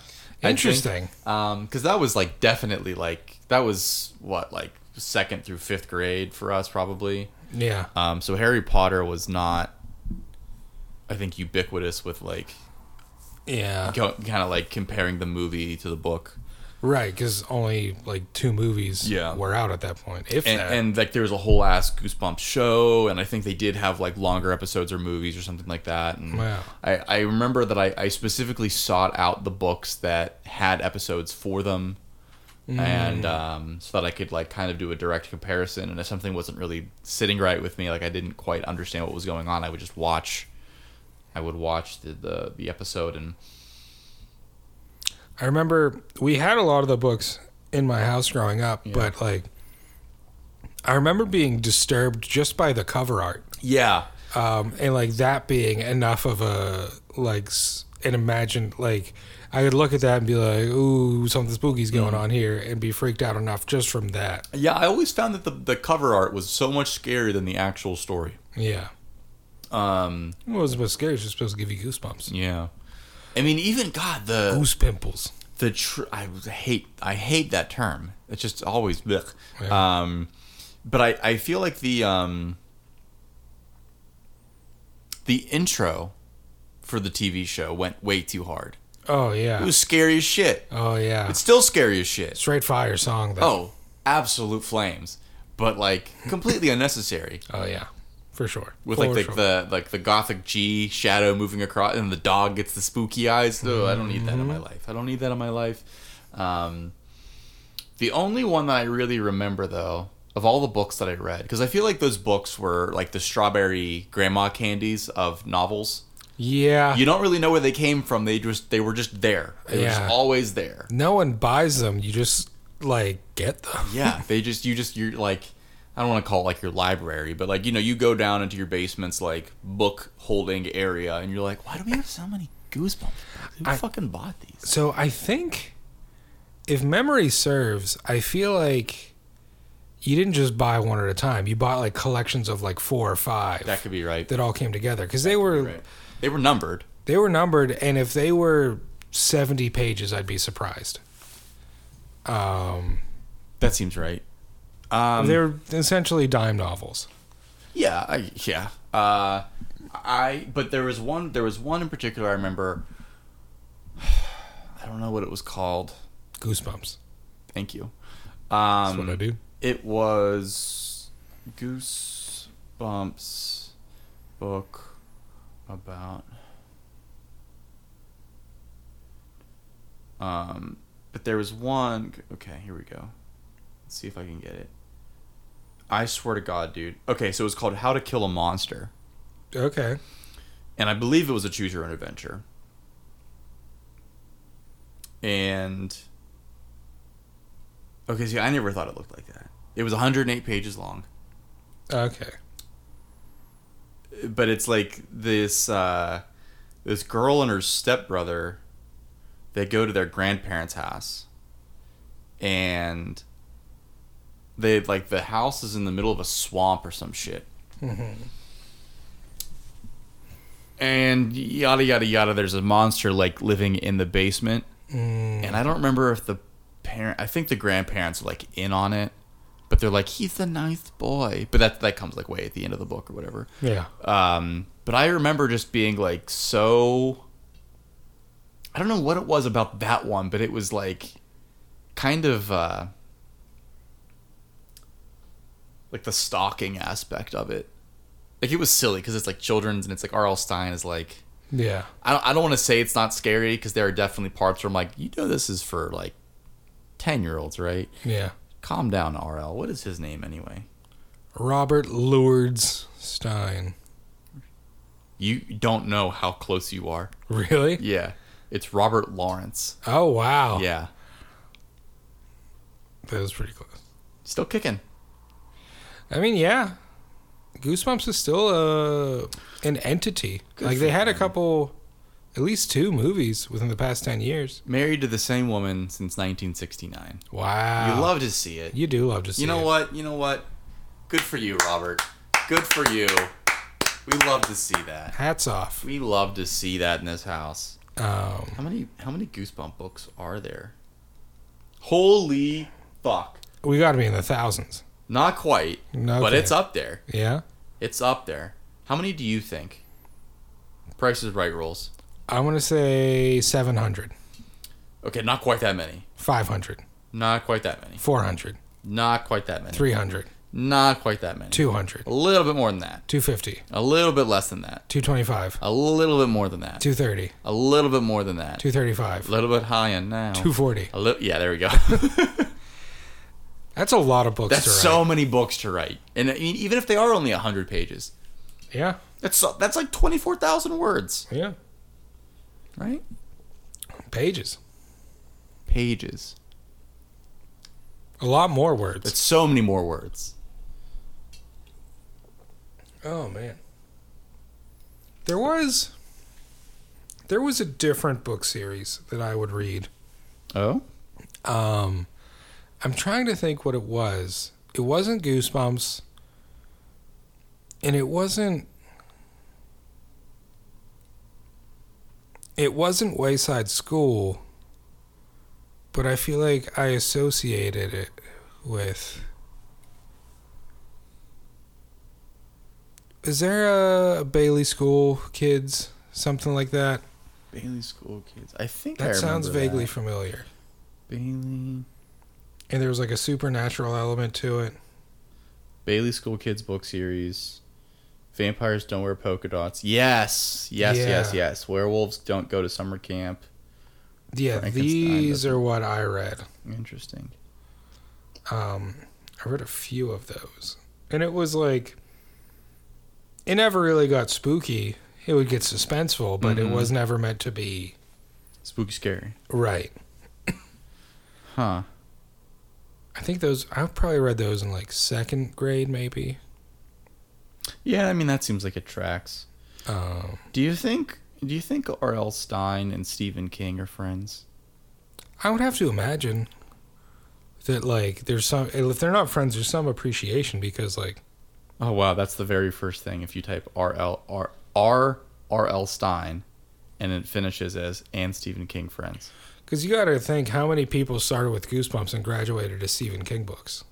Speaker 1: I think.
Speaker 2: Interesting.
Speaker 1: Um, because that was like definitely like that was what like second through fifth grade for us probably.
Speaker 2: Yeah.
Speaker 1: Um, so Harry Potter was not, I think, ubiquitous with like
Speaker 2: Yeah.
Speaker 1: kind of like comparing the movie to the book,
Speaker 2: Right. Because only like two movies
Speaker 1: Yeah.
Speaker 2: were out at that point. If
Speaker 1: and
Speaker 2: that.
Speaker 1: and like there was a whole ass Goosebumps show, and I think they did have like longer episodes or movies or something like that. And
Speaker 2: Wow.
Speaker 1: I I remember that I I specifically sought out the books that had episodes for them. and um, so that I could like kind of do a direct comparison. And if something wasn't really sitting right with me, like I didn't quite understand what was going on, I would just watch. I would watch the the, the episode, and
Speaker 2: I remember we had a lot of the books in my house growing up, but like I remember being disturbed just by the cover art,
Speaker 1: yeah,
Speaker 2: um, and like that being enough of a like s- an imagined like I could look at that and be like, "Ooh, something spooky's going
Speaker 1: Mm-hmm.
Speaker 2: on here," and be freaked out enough just from that.
Speaker 1: yeah. I always found that the the cover art was so much scarier than the actual story.
Speaker 2: Yeah,
Speaker 1: Um,
Speaker 2: it wasn't supposed to scare. It's just supposed to give you goosebumps,
Speaker 1: yeah. I mean, even God, the
Speaker 2: goose pimples.
Speaker 1: the tr- I was- hate I hate that term. It's just always blech.
Speaker 2: Yeah.
Speaker 1: Um, but I I feel like the um the intro for the TV show went way too hard.
Speaker 2: Oh
Speaker 1: It
Speaker 2: yeah,
Speaker 1: was scary as shit.
Speaker 2: oh yeah.
Speaker 1: It's still scary as shit.
Speaker 2: Straight fire song though.
Speaker 1: Oh, absolute flames, but like completely unnecessary.
Speaker 2: oh yeah, for sure.
Speaker 1: With
Speaker 2: For
Speaker 1: like the,
Speaker 2: sure.
Speaker 1: the like the gothic G shadow moving across, and the dog gets the spooky eyes. No, I don't need that in my life. I don't need that in my life. Um, the only one that I really remember though of all the books that I read, because I feel like those books were like the strawberry grandma candies of novels.
Speaker 2: yeah.
Speaker 1: You don't really know where they came from. They just they were just there. They were
Speaker 2: Yeah.
Speaker 1: just always there.
Speaker 2: no one buys them. You just like get them.
Speaker 1: Yeah, they just you just you're like I don't want to call it like your library, but like you know you go down into your basement's like book holding area, and you're like, why do we have so many goosebumps? books? Who
Speaker 2: I-
Speaker 1: fucking bought these?
Speaker 2: So I think, if memory serves, I feel like you didn't just buy one at a time. You bought like collections of like four or five
Speaker 1: That could be right.
Speaker 2: that all came together because they were
Speaker 1: right. They were numbered.
Speaker 2: they were numbered, and if they were seventy pages, I'd be surprised. Um,
Speaker 1: That seems right. Um,
Speaker 2: they're essentially dime novels.
Speaker 1: Yeah, I, yeah. Uh, I but there was one there was one in particular I remember. I don't know what it was called.
Speaker 2: Goosebumps.
Speaker 1: Thank you. Um,
Speaker 2: That's what I do.
Speaker 1: It was Goosebumps book about um but there was one okay, here we go. Let's see if I can get it. I swear to god, dude. Okay, so it was called How to Kill a Monster.
Speaker 2: Okay.
Speaker 1: And I believe it was a choose your own adventure. And Okay, see, I never thought it looked like that. It was 108 pages long.
Speaker 2: Okay.
Speaker 1: but it's like this uh, this girl and her stepbrother they go to their grandparents' house and they like the house is in the middle of a swamp or some shit. And yada yada yada there's a monster like living in the basement
Speaker 2: Mm.
Speaker 1: and I don't remember if the parent I think the grandparents are like in on it but they're like he's the ninth boy but that that comes like way at the end of the book or whatever.
Speaker 2: Yeah.
Speaker 1: Um, but I remember just being like so. I don't know what it was about that one, but it was like kind of uh, like the stalking aspect of it. Like it was silly because it's like children's, and it's like R.L. Stein is like
Speaker 2: Yeah.
Speaker 1: I don't, I don't want to say it's not scary because there are definitely parts where I'm like, you know, this is for like ten year olds, right?
Speaker 2: Yeah.
Speaker 1: Calm down, R.L. What is his name anyway?
Speaker 2: Robert Lourdes Stein.
Speaker 1: You don't know how close you are.
Speaker 2: Really?
Speaker 1: Yeah. It's Robert Lawrence.
Speaker 2: Oh wow.
Speaker 1: Yeah.
Speaker 2: That was pretty close.
Speaker 1: Still kicking.
Speaker 2: I mean, yeah. Goosebumps is still uh, an entity.
Speaker 1: Good
Speaker 2: like they
Speaker 1: for
Speaker 2: had a
Speaker 1: them.
Speaker 2: couple, at least two movies within the past ten years.
Speaker 1: Married to the same woman since 1969.
Speaker 2: Wow.
Speaker 1: You love to see it.
Speaker 2: You do love to see.
Speaker 1: You know
Speaker 2: it.
Speaker 1: what? You know what? Good for you, Robert. Good for you. We love to see that.
Speaker 2: Hats off.
Speaker 1: We love to see that in this house.
Speaker 2: Um,
Speaker 1: How many how many goosebump books are there? Holy fuck.
Speaker 2: we got to be in the thousands.
Speaker 1: Not quite,
Speaker 2: No,
Speaker 1: but
Speaker 2: okay.
Speaker 1: it's up there.
Speaker 2: Yeah.
Speaker 1: It's up there. How many do you think? Price is right rules.
Speaker 2: I want to say 700,
Speaker 1: Okay, not quite that many.
Speaker 2: 500,
Speaker 1: Not quite that many.
Speaker 2: 400,
Speaker 1: Not quite that many.
Speaker 2: 300,
Speaker 1: Not quite that many.
Speaker 2: 200,
Speaker 1: A little bit more than that.
Speaker 2: 250,
Speaker 1: A little bit less than that.
Speaker 2: 225,
Speaker 1: A little bit more than that.
Speaker 2: 230,
Speaker 1: A little bit more than that.
Speaker 2: 235,
Speaker 1: A little bit higher now.
Speaker 2: 240.
Speaker 1: A little, yeah, there we go.
Speaker 2: That's a lot of books
Speaker 1: that's
Speaker 2: to write.
Speaker 1: so many books to write, and I mean, even if they are only hundred pages,
Speaker 2: Yeah.
Speaker 1: that's so, that's like twenty four thousand words,
Speaker 2: Yeah.
Speaker 1: right?
Speaker 2: Pages.
Speaker 1: Pages.
Speaker 2: A lot more words.
Speaker 1: That's so many more words.
Speaker 2: Oh man. There was there was a different book series that I would read.
Speaker 1: Oh,
Speaker 2: Um I'm trying to think what it was. It wasn't Goosebumps. And it wasn't It wasn't Wayside School, but I feel like I associated it with Is there a Bailey School Kids something like that?
Speaker 1: Bailey School Kids. I think I
Speaker 2: That sounds
Speaker 1: remember
Speaker 2: vaguely
Speaker 1: that.
Speaker 2: familiar.
Speaker 1: Bailey
Speaker 2: And there was like a supernatural element to it.
Speaker 1: Bailey School Kids book series. Vampires don't wear polka dots. Yes, yes,
Speaker 2: Yeah.
Speaker 1: yes, yes. Werewolves don't go to summer camp.
Speaker 2: Yeah,
Speaker 1: Frankenstein
Speaker 2: these
Speaker 1: doesn't-
Speaker 2: are what I read.
Speaker 1: Interesting.
Speaker 2: Um, I read a few of those, and it was like it never really got spooky. It would get suspenseful, but
Speaker 1: Mhm.
Speaker 2: it was never meant to be
Speaker 1: Spooky scary.
Speaker 2: right.
Speaker 1: Huh.
Speaker 2: I think those I probably read those in like second grade, maybe.
Speaker 1: Yeah, I mean that seems like it tracks.
Speaker 2: Um,
Speaker 1: Do you think do you think R.L. Stein and Stephen King are friends?
Speaker 2: I would have to imagine that like there's some if they're not friends, there's some appreciation because like
Speaker 1: Oh wow, that's the very first thing if you type R.L. R R R.L. Stein and it finishes as and Stephen King friends.
Speaker 2: because you got to think how many people started with Goosebumps and graduated to Stephen King books.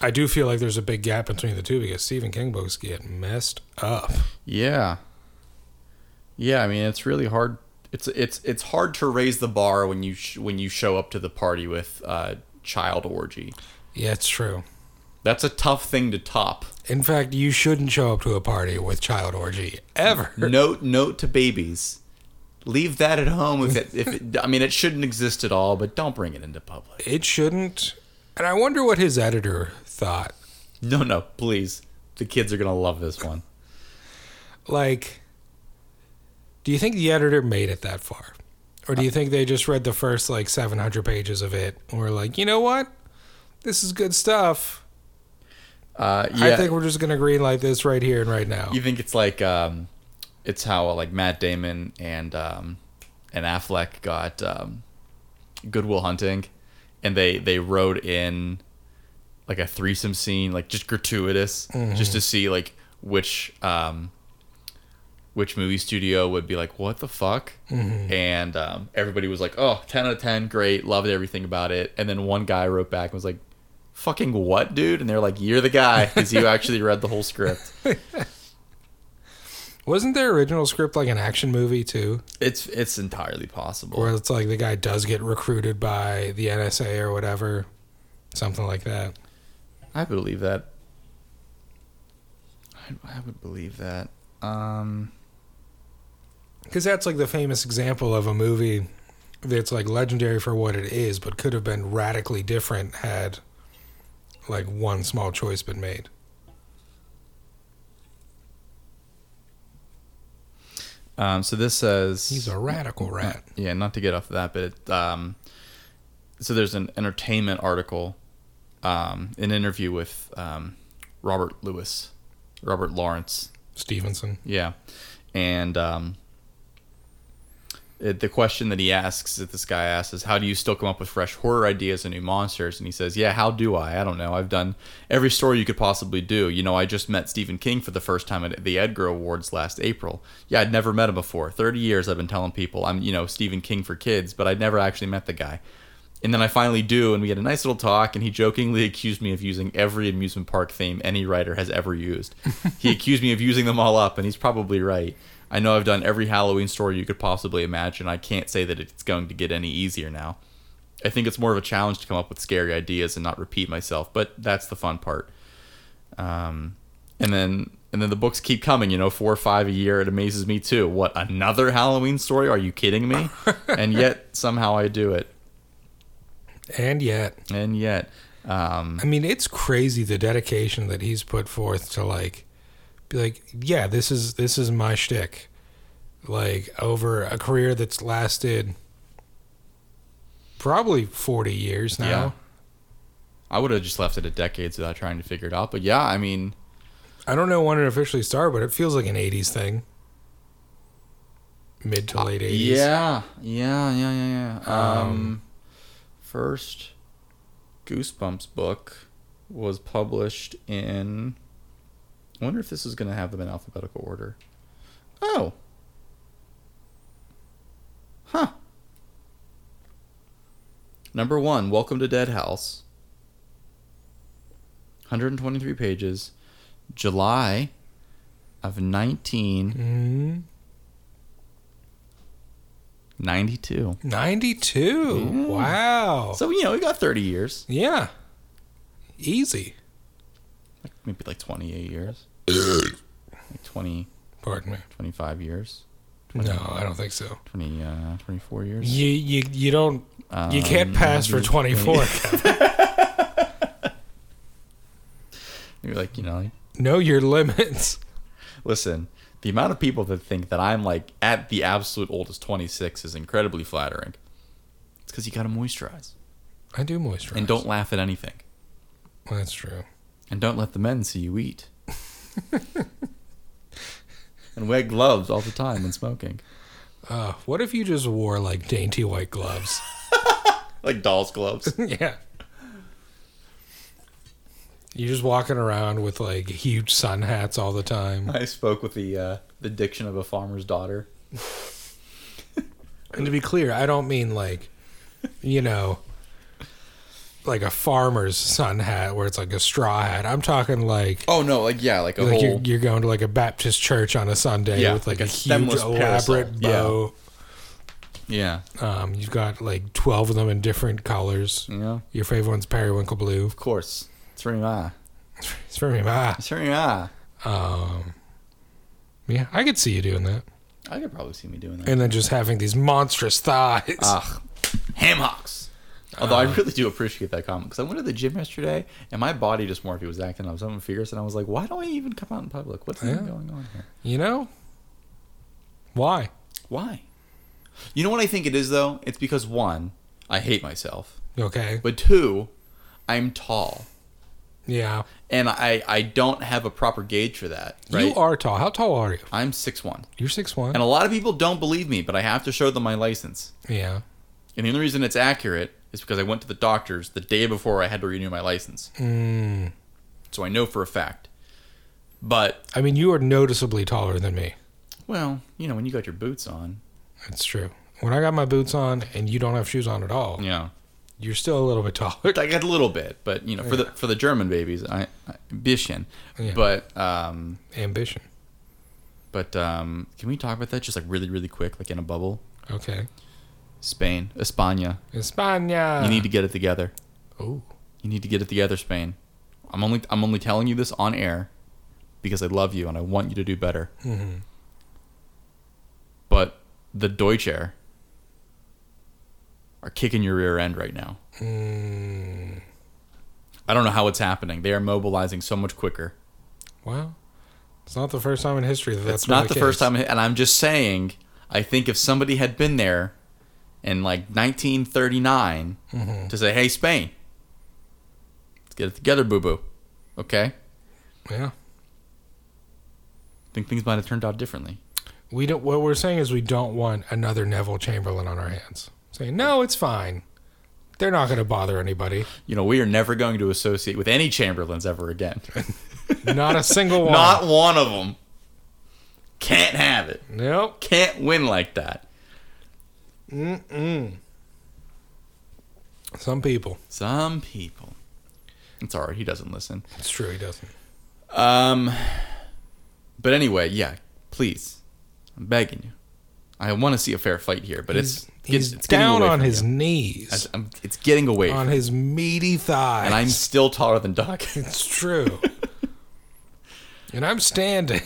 Speaker 2: I do feel like there's a big gap between the two because Stephen King books get messed up.
Speaker 1: Yeah. Yeah, I mean it's really hard it's it's it's hard to raise the bar when you sh- when you show up to the party with uh child orgy.
Speaker 2: Yeah, it's true.
Speaker 1: That's a tough thing to top.
Speaker 2: In fact, you shouldn't show up to a party with child orgy ever.
Speaker 1: note note to babies leave that at home if it, if it, i mean it shouldn't exist at all but don't bring it into public
Speaker 2: It shouldn't. And I wonder what his editor thought.
Speaker 1: no no please the kids are gonna love this one
Speaker 2: Like, do you think the editor made it that far? Or do you think they just read the first like 700 pages of it and were like, you know what? This is good stuff.
Speaker 1: Uh, yeah,
Speaker 2: I think we're just gonna green light this right here and right now.
Speaker 1: you think it's like um, it's how uh, like Matt Damon and um, and Affleck got um, Goodwill Hunting, and they they rode in like a threesome scene, like just gratuitous, just to see like which um, which movie studio would be like, what the fuck? And um, everybody was like, oh, 10 out of 10, great, loved everything about it. And then one guy wrote back and was like, fucking what, dude? And they're like, you're the guy because you actually read the whole script.
Speaker 2: Wasn't their original script like an action movie too,
Speaker 1: It's it's entirely possible.
Speaker 2: where it's like the guy does get recruited by the NSA or whatever, something like that?
Speaker 1: I believe that. I, I would believe that. Um,
Speaker 2: Because that's like the famous example of a movie that's like legendary for what it is, but could have been radically different had like one small choice been made.
Speaker 1: um, so this says
Speaker 2: He's a radical rat.
Speaker 1: yeah, not to get off that, but it, um, so there's an entertainment article, um, an interview with um, Robert Lewis, Robert Lawrence,
Speaker 2: Stevenson.
Speaker 1: yeah, and um, it, the question that he asks that this guy asks is, "How do you still come up with fresh horror ideas and new monsters?" And he says, "Yeah, how do I? I don't know. I've done every story you could possibly do. You know, I just met Stephen King for the first time at the Edgar Awards last April. Yeah, I'd never met him before. Thirty years I've been telling people I'm, you know, Stephen King for kids, but I'd never actually met the guy." And then I finally do, and we had a nice little talk, and he jokingly accused me of using every amusement park theme any writer has ever used. he accused me of using them all up, and he's probably right. I know I've done every Halloween story you could possibly imagine. I can't say that it's going to get any easier now. I think it's more of a challenge to come up with scary ideas and not repeat myself, but that's the fun part. Um, and then and then the books keep coming, you know, four or five a year. It amazes me too. What another Halloween story? Are you kidding me? and yet somehow I do it.
Speaker 2: And yet,
Speaker 1: And yet, um,
Speaker 2: I mean, it's crazy the dedication that he's put forth to like be like, yeah, this is this is my shtick. Like over a career that's lasted probably forty years now.
Speaker 1: Yeah. I would have just left it at decades without trying to figure it out. But yeah, I mean,
Speaker 2: I don't know when it officially started, but it feels like an '80s thing, mid to late '80s.
Speaker 1: Uh, yeah, yeah, yeah, yeah, yeah. Um, first Goosebumps book was published in. I wonder if this is going to have them in alphabetical order. Oh. Huh. Number one, Welcome to Dead House. 123 pages. July of 1992.
Speaker 2: Mm, Ninety-two.
Speaker 1: Yeah.
Speaker 2: Wow.
Speaker 1: So, you know, we got 30 years.
Speaker 2: Yeah. Easy.
Speaker 1: Like, maybe like 28 years. like 20,
Speaker 2: Pardon me.
Speaker 1: 25 years.
Speaker 2: No, I don't think so.
Speaker 1: 20, uh, 24 years.
Speaker 2: You you you don't you can't
Speaker 1: Um,
Speaker 2: pass for
Speaker 1: maybe-
Speaker 2: twenty-four.
Speaker 1: You're like, you know, like,
Speaker 2: know your limits.
Speaker 1: listen, the amount of people that think that I'm like at the absolute oldest 26 is incredibly flattering. It's because you got to moisturize.
Speaker 2: I do moisturize.
Speaker 1: And don't laugh at anything.
Speaker 2: That's true.
Speaker 1: And don't let the men see you eat. and wear gloves all the time when smoking.
Speaker 2: Uh, what if you just wore like dainty white gloves?
Speaker 1: Like doll's gloves.
Speaker 2: yeah. You're just walking around with like huge sun hats all the time.
Speaker 1: I spoke with the uh, the diction of a farmer's daughter.
Speaker 2: And to be clear, I don't mean like, you know, like a farmer's sun hat where it's like a straw hat. I'm talking like,
Speaker 1: Oh no, like yeah, like a
Speaker 2: like
Speaker 1: whole
Speaker 2: you're, you're going to like a Baptist church on a Sunday
Speaker 1: Yeah,
Speaker 2: with
Speaker 1: like
Speaker 2: like, a,
Speaker 1: a
Speaker 2: huge
Speaker 1: stemless parasol.
Speaker 2: elaborate
Speaker 1: Yeah.
Speaker 2: bow.
Speaker 1: yeah,
Speaker 2: Um, you've got like 12 of them in different colors.
Speaker 1: you know.
Speaker 2: Your favorite one's periwinkle blue.
Speaker 1: Of course, it's ringing eye.
Speaker 2: It's for me. Ah.
Speaker 1: It's ringing eye.
Speaker 2: Um, yeah, I could see you doing that.
Speaker 1: I could probably see me doing that.
Speaker 2: And then just having these monstrous thighs.
Speaker 1: Ugh, ham hocks. Although I really do appreciate that comment because I went to the gym yesterday and my body just morphed. It was acting up something fierce, and I was like, "Why don't I even come out in public? What's even
Speaker 2: Yeah.
Speaker 1: going on here?
Speaker 2: you know? Why?
Speaker 1: Why?" You know what I think it is though? It's because one, I hate myself,
Speaker 2: Okay.
Speaker 1: but two, I'm tall.
Speaker 2: Yeah.
Speaker 1: and I I don't have a proper gauge for that. Right?
Speaker 2: You are tall. How tall are you?
Speaker 1: I'm six one,
Speaker 2: You're six one.
Speaker 1: and a lot of people don't believe me, but I have to show them my license.
Speaker 2: Yeah.
Speaker 1: And the only reason it's accurate is because I went to the doctor's the day before I had to renew my license,
Speaker 2: Mm.
Speaker 1: so I know for a fact. But
Speaker 2: I mean, you are noticeably taller than me.
Speaker 1: well, you know, when you got your boots on,
Speaker 2: That's true. When I got my boots on and you don't have shoes on at all,
Speaker 1: yeah,
Speaker 2: you're still a little bit taller.
Speaker 1: I got a little bit, but you know, for the for the German babies, I, I bisschen.
Speaker 2: Oh, Yeah.
Speaker 1: But um,
Speaker 2: Ambition.
Speaker 1: but um, can we talk about that just like really really quick, like in a bubble?
Speaker 2: Okay.
Speaker 1: Spain, España,
Speaker 2: España.
Speaker 1: you need to get it together.
Speaker 2: Oh.
Speaker 1: You need to get it together, Spain. I'm only I'm only telling you this on air because I love you and I want you to do better.
Speaker 2: Mhm.
Speaker 1: But the Deutscher are kicking your rear end right now.
Speaker 2: Mm.
Speaker 1: I don't know how it's happening. They are mobilizing so much quicker.
Speaker 2: Well, it's not the first time in history that that's
Speaker 1: it's
Speaker 2: been
Speaker 1: not the
Speaker 2: case.
Speaker 1: first time, and I'm just saying. I think if somebody had been there in like 1939
Speaker 2: Mhm.
Speaker 1: to say, "Hey, Spain, let's get it together, boo boo," okay,
Speaker 2: Yeah.
Speaker 1: I think things might have turned out differently.
Speaker 2: We don't. What we're saying is we don't want another Neville Chamberlain on our hands. Saying no, it's fine. They're not going to bother anybody.
Speaker 1: you know, we are never going to associate with any Chamberlains ever again.
Speaker 2: Not a single one.
Speaker 1: Not one of them. Can't have it.
Speaker 2: Nope.
Speaker 1: Can't win like that.
Speaker 2: Some people.
Speaker 1: Some people. It's all right. He doesn't listen.
Speaker 2: It's true. He doesn't.
Speaker 1: Um, but anyway, yeah. Please, I'm begging you. I want to see a fair fight here, but
Speaker 2: He's,
Speaker 1: it's
Speaker 2: he's
Speaker 1: it's getting
Speaker 2: down
Speaker 1: away
Speaker 2: on
Speaker 1: from
Speaker 2: his
Speaker 1: you.
Speaker 2: knees,
Speaker 1: It's- I'm- It's getting away,
Speaker 2: on his meaty thighs.
Speaker 1: and I'm still taller than Doc.
Speaker 2: It's true. and I'm standing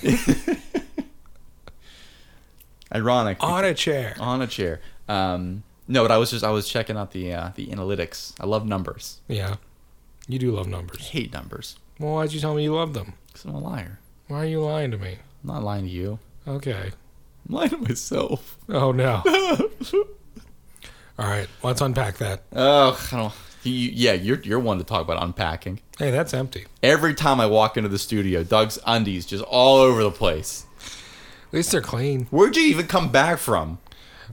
Speaker 1: Ironic.
Speaker 2: on a chair.
Speaker 1: on a chair. Um, no, but I was just I was checking out the uh, the analytics. I love numbers.
Speaker 2: Yeah. You do love numbers.
Speaker 1: hate numbers
Speaker 2: Well, why'd you tell me you love them?
Speaker 1: because I'm a liar.
Speaker 2: Why are you lying to me?
Speaker 1: I'm not lying to you.
Speaker 2: Okay.
Speaker 1: I'm lying to myself.
Speaker 2: Oh no. All right. Let's unpack that.
Speaker 1: Oh, I don't. You, yeah, you're you're one to talk about unpacking.
Speaker 2: Hey, that's empty.
Speaker 1: Every time I walk into the studio, Doug's undies just all over the place.
Speaker 2: At least they're clean.
Speaker 1: Where'd you even come back from?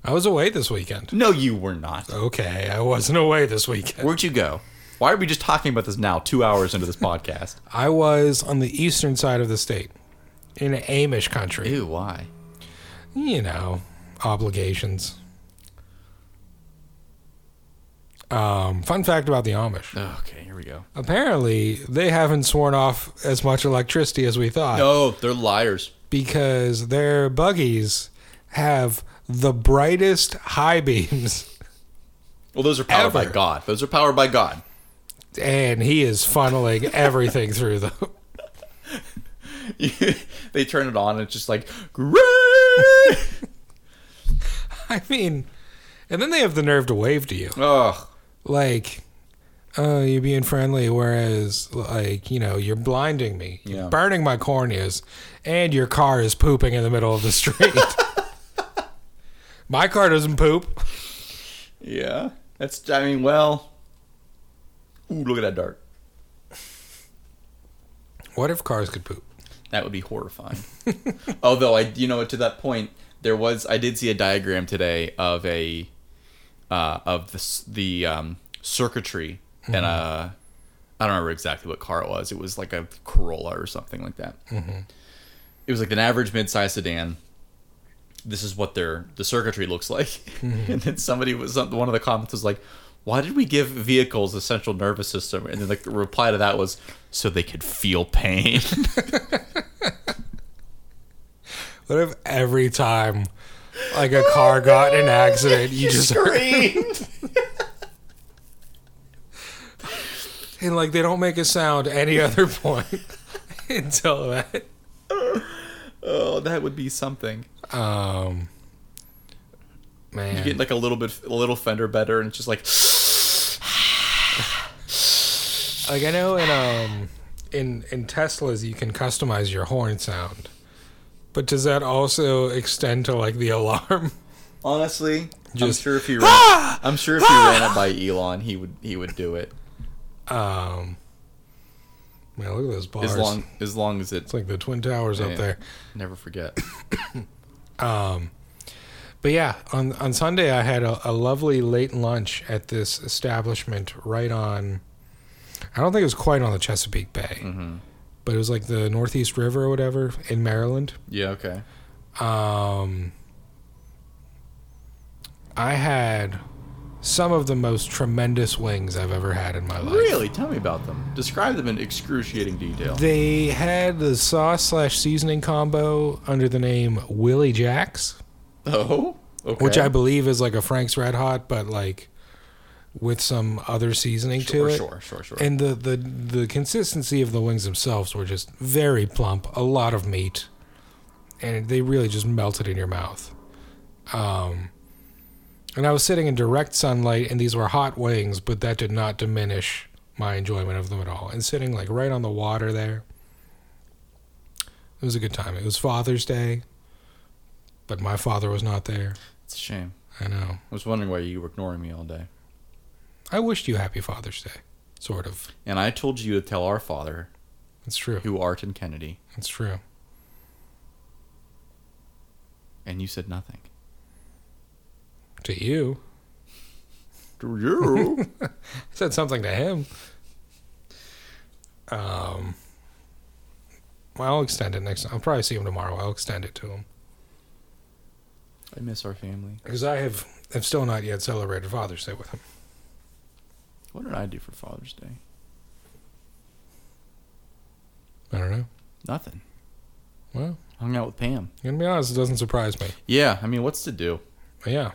Speaker 2: I was away this weekend.
Speaker 1: No, you were not.
Speaker 2: Okay, I wasn't away this weekend.
Speaker 1: Where'd you go? Why are we just talking about this now? Two hours into this podcast.
Speaker 2: I was on the eastern side of the state in Amish country.
Speaker 1: Ew, why?
Speaker 2: You know, obligations. Um, fun fact about the Amish.
Speaker 1: Okay, here we go.
Speaker 2: Apparently, they haven't sworn off as much electricity as we thought
Speaker 1: No, they're liars.
Speaker 2: because their buggies have the brightest high beams,
Speaker 1: Well, those are powered by
Speaker 2: Ever.
Speaker 1: God. Those are powered by God.
Speaker 2: and he is funneling everything through them.
Speaker 1: they turn it on and it's just like, great.
Speaker 2: I mean, and then they have the nerve to wave to you.
Speaker 1: Ugh.
Speaker 2: like oh you're being friendly whereas like you know you're blinding me
Speaker 1: Yeah.
Speaker 2: you're burning my corneas and your car is pooping in the middle of the street my car doesn't poop
Speaker 1: Yeah, that's. I mean, well. Ooh, look at that dart.
Speaker 2: what if cars could poop
Speaker 1: That would be horrifying. Although I, you know, to that point, there was. I did see a diagram today of a, uh, of the s- the um, circuitry and a. I don't remember exactly what car it was. It was like a Corolla or something like that. It was like an average mid-sized sedan. This is what their the circuitry looks like. and then somebody was some- one of the comments was like, "Why did we give vehicles a central nervous system?" And then the reply to that was, "So they could feel pain."
Speaker 2: what if every time like a
Speaker 1: Oh,
Speaker 2: car got in an accident you just
Speaker 1: screamed.
Speaker 2: and like they don't make a sound any other point until that
Speaker 1: oh, that would be something.
Speaker 2: um man
Speaker 1: You get like a little bit, a little fender better, and it's just like,
Speaker 2: Like I know in um in in Teslas you can customize your horn sound. But does that also extend to like the alarm?
Speaker 1: honestly,
Speaker 2: Just-
Speaker 1: I'm sure if he, ran, I'm sure if he ran it by Elon, he would, he would do it.
Speaker 2: Um Man, look at those bars.
Speaker 1: As long as long as it
Speaker 2: It's like the Twin Towers
Speaker 1: Yeah.
Speaker 2: up there.
Speaker 1: never forget.
Speaker 2: Um, but yeah, on on Sunday I had a, a lovely late lunch at this establishment right on. I don't think it was quite on the Chesapeake Bay,
Speaker 1: hmm
Speaker 2: but it was like the Northeast River or whatever in Maryland.
Speaker 1: Yeah. Okay.
Speaker 2: Um, I had some of the most tremendous wings I've ever had in my life.
Speaker 1: Really? Tell me about them. Describe them in excruciating detail.
Speaker 2: They had the sauce slash seasoning combo under the name Willie Jacks.
Speaker 1: Oh. Okay.
Speaker 2: which I believe is like a Frank's Red Hot, but like with some other seasoning
Speaker 1: sure,
Speaker 2: to it.
Speaker 1: sure, sure, sure.
Speaker 2: And the, the the consistency of the wings themselves were just very plump, a lot of meat, and they really just melted in your mouth. Um, and I was sitting in direct sunlight, and these were hot wings, but that did not diminish my enjoyment of them at all. And sitting like right on the water there, it was a good time. It was Father's Day, but my father was not there.
Speaker 1: it's a shame.
Speaker 2: I know.
Speaker 1: I was wondering why you were ignoring me all day.
Speaker 2: I wished you happy Father's Day. Sort of.
Speaker 1: And I told you to tell our father,
Speaker 2: It's true.
Speaker 1: who art and Kennedy,
Speaker 2: It's true.
Speaker 1: and you said nothing.
Speaker 2: To you.
Speaker 1: To you?
Speaker 2: I said something to him. Um. Well, I'll extend it next. I'll probably see him tomorrow. I'll extend it to him
Speaker 1: I miss our family.
Speaker 2: because I have have still not yet celebrated Father's Day with him.
Speaker 1: What did I do for Father's Day?
Speaker 2: I don't know.
Speaker 1: Nothing.
Speaker 2: Well,
Speaker 1: Hung out with Pam.
Speaker 2: I'm gonna be honest, it doesn't surprise me.
Speaker 1: Yeah. I mean, what's to do?
Speaker 2: But yeah,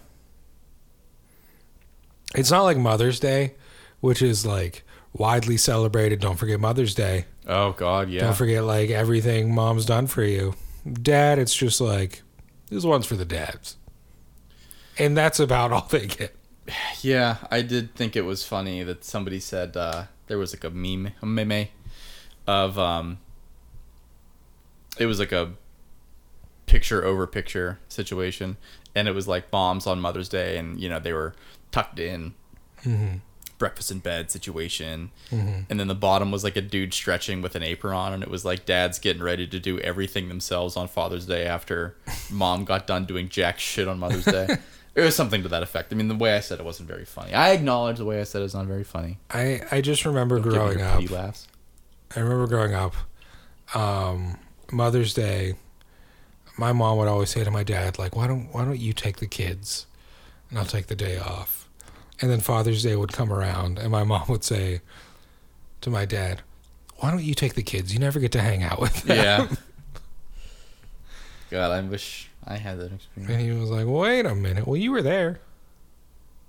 Speaker 2: it's not like Mother's Day, which is like widely celebrated. Don't forget Mother's Day.
Speaker 1: Oh God, yeah.
Speaker 2: Don't forget like everything mom's done for you. Dad, it's just like this one's for the dads. And that's about all they get.
Speaker 1: Yeah, I did think it was funny that somebody said uh, there was like a meme, a meme of um, it was like a picture over picture situation, and it was like moms on Mother's Day, and you know they were tucked in, breakfast in bed situation,
Speaker 2: Mm-hmm.
Speaker 1: and then the bottom was like a dude stretching with an apron on, and it was like dad's getting ready to do everything themselves on Father's Day after mom got done doing jack shit on Mother's Day. It was something to that effect. I mean, the way I said it wasn't very funny. I acknowledge the way I said it's not very funny.
Speaker 2: I, I just remember
Speaker 1: Give me
Speaker 2: growing
Speaker 1: your
Speaker 2: up.
Speaker 1: pity laughs.
Speaker 2: I remember growing up, um, Mother's Day, my mom would always say to my dad, like, why don't why don't you take the kids and I'll take the day off? And then Father's Day would come around and my mom would say to my dad, Why don't you take the kids? You never get to hang out with them.
Speaker 1: Yeah. God, I wish I had that experience.
Speaker 2: And he was like, Wait a minute, well you were there.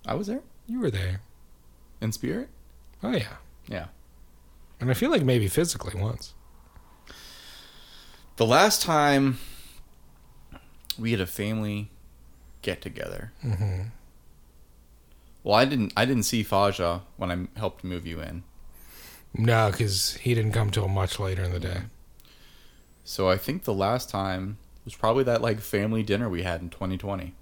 Speaker 1: I was there
Speaker 2: You were there.
Speaker 1: in spirit.
Speaker 2: Oh yeah.
Speaker 1: Yeah.
Speaker 2: And I feel like maybe physically once.
Speaker 1: The last time we had a family get together.
Speaker 2: Mm-hmm.
Speaker 1: Well, I didn't. I didn't see Faja when I helped move you in.
Speaker 2: No, because he didn't come till much later in the day.
Speaker 1: So I think the last time was probably that like family dinner we had in 2020.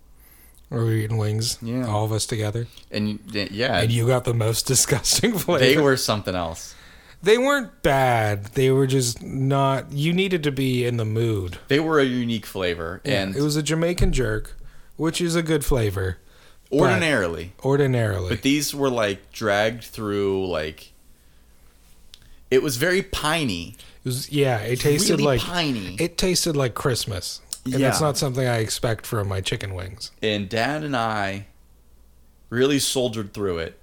Speaker 2: Were we eating wings?
Speaker 1: Yeah.
Speaker 2: All of us together.
Speaker 1: And y- yeah,
Speaker 2: And you got the most disgusting flavor.
Speaker 1: they were something else.
Speaker 2: They weren't bad. They were just not. You needed to be in the mood.
Speaker 1: They were a unique flavor, and
Speaker 2: it was a Jamaican jerk, which is a good flavor
Speaker 1: ordinarily,
Speaker 2: ordinarily.
Speaker 1: but these were like dragged through like. It was very piney.
Speaker 2: It was, yeah, it tasted
Speaker 1: really
Speaker 2: like
Speaker 1: piney.
Speaker 2: it tasted like Christmas. And
Speaker 1: Yeah.
Speaker 2: that's not something I expect from my chicken wings.
Speaker 1: and Dad and I really soldiered through it.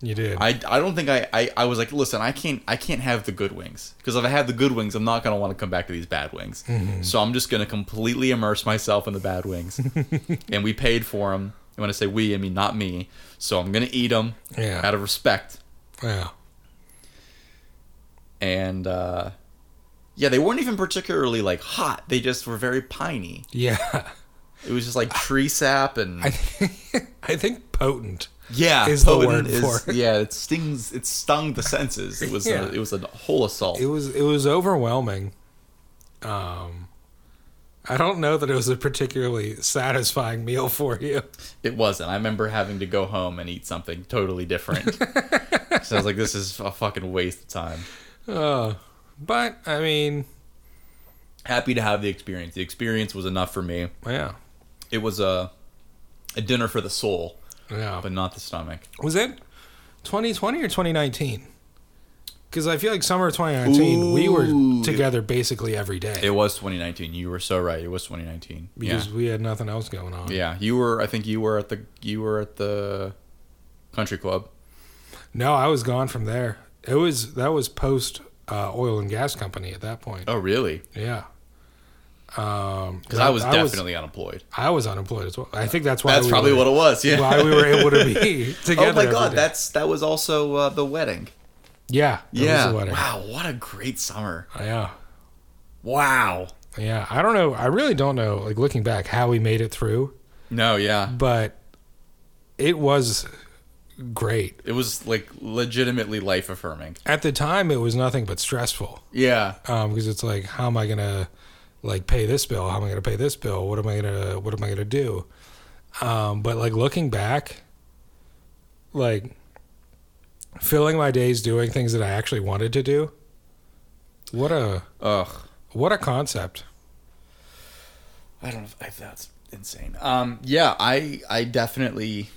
Speaker 2: You did.
Speaker 1: I, I don't think I, I, I was like, listen, I can't I can't have the good wings because if I have the good wings, I'm not gonna want to come back to these bad wings. So I'm just gonna completely immerse myself in the bad wings, and we paid for them. And when I say we, I mean not me. So I'm gonna eat them
Speaker 2: Yeah.
Speaker 1: out of respect.
Speaker 2: yeah.
Speaker 1: and uh, yeah, they weren't even particularly like hot. They just were very piney.
Speaker 2: Yeah.
Speaker 1: It was just like tree sap and
Speaker 2: I think, I think potent.
Speaker 1: yeah,
Speaker 2: is the
Speaker 1: potent
Speaker 2: word for it.
Speaker 1: Yeah, it stings. It stung the senses. It was
Speaker 2: Yeah.
Speaker 1: a, it was a whole assault.
Speaker 2: It was it was overwhelming. Um I don't know that it was a particularly satisfying meal for you.
Speaker 1: It wasn't. I remember having to go home and eat something totally different. so I was like, this is a fucking waste of time.
Speaker 2: Uh, but I mean,
Speaker 1: Happy to have the experience. The experience was enough for me.
Speaker 2: yeah,
Speaker 1: It was a a dinner for the soul,
Speaker 2: yeah.
Speaker 1: but not the stomach.
Speaker 2: was it 2020 or 2019? Because I feel like summer of 2019, we
Speaker 1: Ooh.
Speaker 2: were together basically every day
Speaker 1: It was 2019. You were so right. It was 2019.
Speaker 2: because
Speaker 1: yeah.
Speaker 2: we had nothing else going on.
Speaker 1: Yeah, you were I think you were at the you were at the country club.
Speaker 2: No, I was gone from there. It was that was post uh, oil and gas company at that point.
Speaker 1: Oh, really?
Speaker 2: Yeah. Um,
Speaker 1: Cuz I was definitely unemployed.
Speaker 2: I was unemployed as well. I think that's why
Speaker 1: That's
Speaker 2: we
Speaker 1: probably
Speaker 2: were,
Speaker 1: what it was. Yeah.
Speaker 2: why we were able to be together.
Speaker 1: oh my
Speaker 2: every
Speaker 1: god,
Speaker 2: day.
Speaker 1: that's that was also uh, the wedding.
Speaker 2: yeah, that was
Speaker 1: yeah.
Speaker 2: the wedding.
Speaker 1: Wow, what a great summer.
Speaker 2: yeah,
Speaker 1: Wow.
Speaker 2: yeah. I don't know. I really don't know. Like looking back, how we made it through,
Speaker 1: No, yeah.
Speaker 2: but it was great.
Speaker 1: It was like legitimately life affirming.
Speaker 2: At the time, it was nothing but stressful
Speaker 1: Yeah.
Speaker 2: um, because it's like, how am I gonna like pay this bill? How am I gonna pay this bill? What am I gonna What am I gonna do? Um, but like looking back, like filling my days doing things that I actually wanted to do. What a
Speaker 1: Ugh.
Speaker 2: What a concept.
Speaker 1: I don't know if if that's insane. Um yeah, I I definitely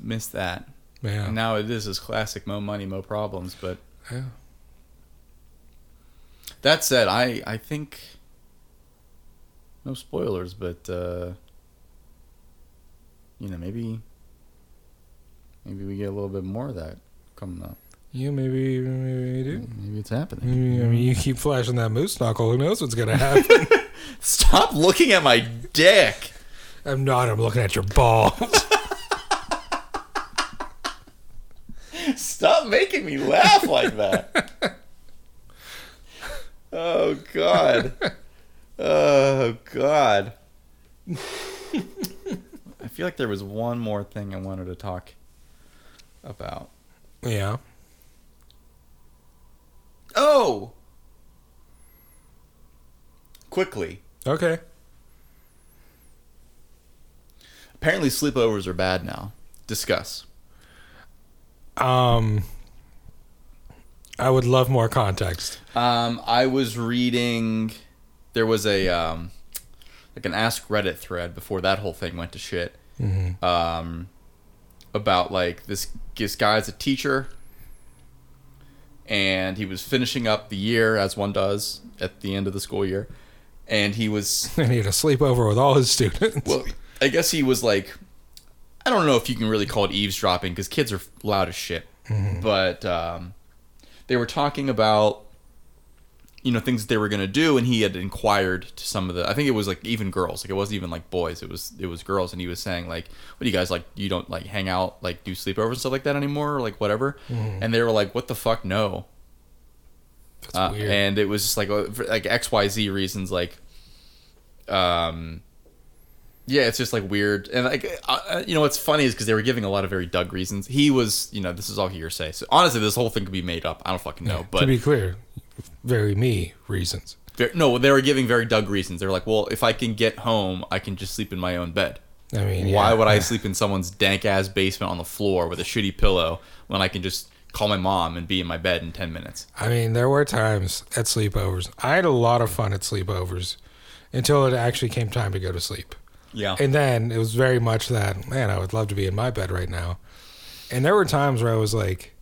Speaker 1: missed that.
Speaker 2: Yeah.
Speaker 1: And now it is as classic mo money mo problems, but
Speaker 2: Yeah.
Speaker 1: That said, I I think no spoilers, but uh, you know maybe maybe we get a little bit more of that coming up.
Speaker 2: Yeah, maybe, maybe you do.
Speaker 1: Maybe it's happening.
Speaker 2: Maybe, I mean, you keep flashing that moose knuckle. Who knows what's going to happen?
Speaker 1: Stop looking at my dick.
Speaker 2: I'm not. I'm looking at your balls.
Speaker 1: Stop making me laugh like that. Oh God. Oh God. I feel like there was one more thing I wanted to talk about.
Speaker 2: yeah.
Speaker 1: Oh! Quickly.
Speaker 2: Okay.
Speaker 1: Apparently, sleepovers are bad now. Discuss.
Speaker 2: Um, I would love more context.
Speaker 1: Um, I was reading. There was a um, like an Ask Reddit thread before that whole thing went to shit. Um, about like this this guy's a teacher, and he was finishing up the year as one does at the end of the school year, and he was
Speaker 2: I need a sleepover with all his students.
Speaker 1: Well, I guess he was like, I don't know if you can really call it eavesdropping because kids are loud as shit. But um, they were talking about, you know, things that they were gonna do, and he had inquired to some of the. I think it was like even girls. Like it wasn't even like boys. It was it was girls, and he was saying like, "What do you guys like? You don't like hang out, like do sleepovers and stuff like that anymore, or like whatever." And they were like, "What the fuck, no."
Speaker 2: That's
Speaker 1: Uh,
Speaker 2: weird.
Speaker 1: and it was just like uh, for, like X Y Z reasons like, um, yeah, it's just like weird and like uh, uh, you know what's funny is because they were giving a lot of very Doug reasons. He was you know this is all hearsay. So honestly, this whole thing could be made up. I don't fucking know,
Speaker 2: to
Speaker 1: but
Speaker 2: be clear, very me reasons.
Speaker 1: ver- no, they were giving very Doug reasons. They were like, well, if I can get home, I can just sleep in my own bed.
Speaker 2: I mean,
Speaker 1: Why
Speaker 2: yeah.
Speaker 1: would I sleep in someone's dank ass basement on the floor with a shitty pillow when I can just call my mom and be in my bed in ten minutes?
Speaker 2: I mean, there were times at sleepovers. I had a lot of fun at sleepovers until it actually came time to go to sleep.
Speaker 1: Yeah,
Speaker 2: And then it was very much that, man, I would love to be in my bed right now. And there were times where I was like,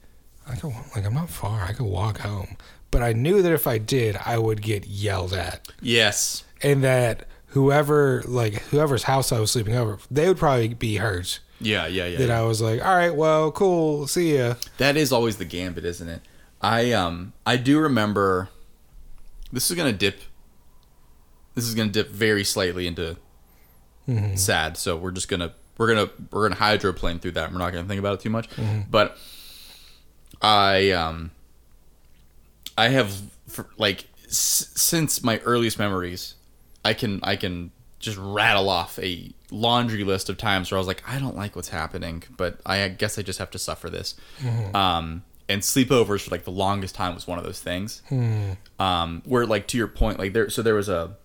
Speaker 2: I could, wa- like I'm not far. I could walk home. But I knew that if I did, I would get yelled at.
Speaker 1: yes,
Speaker 2: And that whoever like whoever's house I was sleeping over, they would probably be hurt.
Speaker 1: yeah, yeah, yeah.
Speaker 2: That I was like, all right, well, cool, see ya.
Speaker 1: That is always the gambit, isn't it? I um I do remember this is gonna dip this is gonna dip very slightly into sad, so we're just gonna we're gonna we're gonna hydroplane through that. We're not gonna think about it too much. But I um I have for, like s- since my earliest memories, I can I can just rattle off a laundry list of times where I was like, I don't like what's happening, but I guess I just have to suffer this. Um, and sleepovers for like the longest time was one of those things. Um, where like to your point, like there, so there was a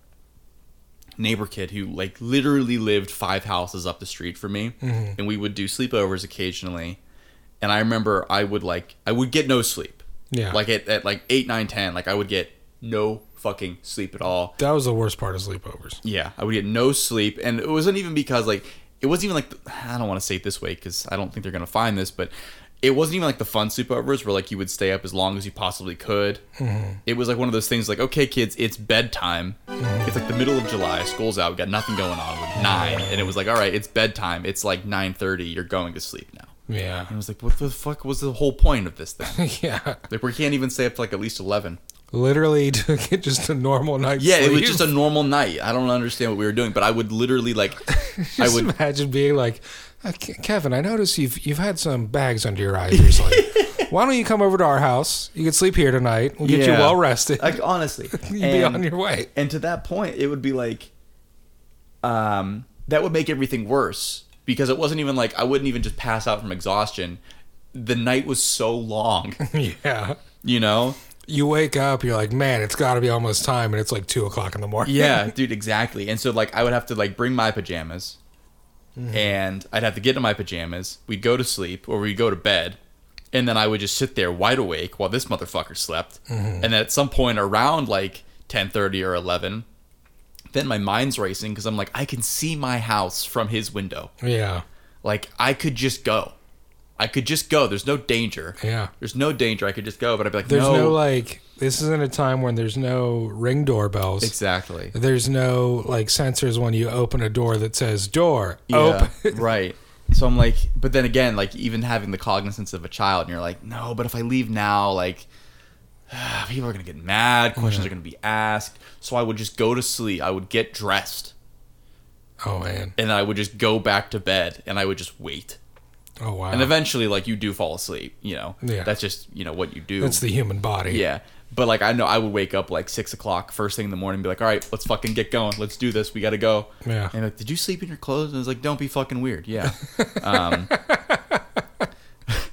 Speaker 1: neighbor kid who like literally lived five houses up the street from me, and we would do sleepovers occasionally. And I remember I would like I would get no sleep
Speaker 2: Yeah.
Speaker 1: Like at, at like 8, 9, 10, like I would get no fucking sleep at all.
Speaker 2: that was the worst part of sleepovers.
Speaker 1: Yeah, I would get no sleep, and it wasn't even because like it wasn't even like the, I don't want to say it this way because I don't think they're gonna find this, but it wasn't even like the fun sleepovers where like you would stay up as long as you possibly could. It was like one of those things like, okay, kids, it's bedtime. It's like the middle of July, school's out, we got nothing going on. We're nine, and it was like, all right, it's bedtime. It's like nine thirty. You're going to sleep now.
Speaker 2: Yeah.
Speaker 1: And I was like, what the fuck was the whole point of this thing?
Speaker 2: yeah.
Speaker 1: like we can't even stay up to like at least eleven.
Speaker 2: Literally to get just a normal night's
Speaker 1: Yeah,
Speaker 2: sleep.
Speaker 1: it was just a normal night. I don't understand what we were doing, but I would literally like, I
Speaker 2: Just
Speaker 1: would
Speaker 2: imagine being like, "Uh, Ke- Kevin, I notice you've you've had some bags under your eyes recently. Why don't you come over to our house? You can sleep here tonight. We'll get you
Speaker 1: Yeah.
Speaker 2: well rested.
Speaker 1: Like honestly,
Speaker 2: You'd be
Speaker 1: and,
Speaker 2: on your way.
Speaker 1: and to that point, it would be like, um, that would make everything worse because it wasn't even like I wouldn't even just pass out from exhaustion. The night was so long,
Speaker 2: yeah.
Speaker 1: you know.
Speaker 2: You wake up, you're like, man, it's got to be almost time, and it's like two o'clock in the morning.
Speaker 1: Yeah, dude, exactly. And so like I would have to like bring my pajamas,
Speaker 2: Mm-hmm.
Speaker 1: and I'd have to get in my pajamas. We'd go to sleep or we'd go to bed, and then I would just sit there wide awake while this motherfucker slept.
Speaker 2: Mm-hmm.
Speaker 1: And then at some point around like ten thirty or eleven, then my mind's racing because I'm like I can see my house from his window.
Speaker 2: Yeah.
Speaker 1: Like I could just go. I could just go. There's no danger.
Speaker 2: Yeah.
Speaker 1: There's no danger. I could just go, but I'd be like,
Speaker 2: There's
Speaker 1: no,
Speaker 2: no, like, this isn't a time when there's no ring doorbells.
Speaker 1: exactly.
Speaker 2: there's no like sensors when you open a door that says door
Speaker 1: Yeah,
Speaker 2: open.
Speaker 1: right. So I'm like, but then again, like even having the cognizance of a child, and you're like, no, but if I leave now, like people are gonna get mad, questions are gonna be asked. So I would just go to sleep. I would get dressed,
Speaker 2: oh man.
Speaker 1: and then I would just go back to bed, and I would just wait.
Speaker 2: Oh wow.
Speaker 1: And eventually, like you do fall asleep, you know.
Speaker 2: Yeah.
Speaker 1: That's just you know what you do.
Speaker 2: That's the human body.
Speaker 1: yeah. But like I know I would wake up like six o'clock first thing in the morning, and be like, all right, let's fucking get going, let's do this, we gotta go.
Speaker 2: Yeah.
Speaker 1: And like, did you sleep in your clothes? And I was like, don't be fucking weird. Yeah. Um,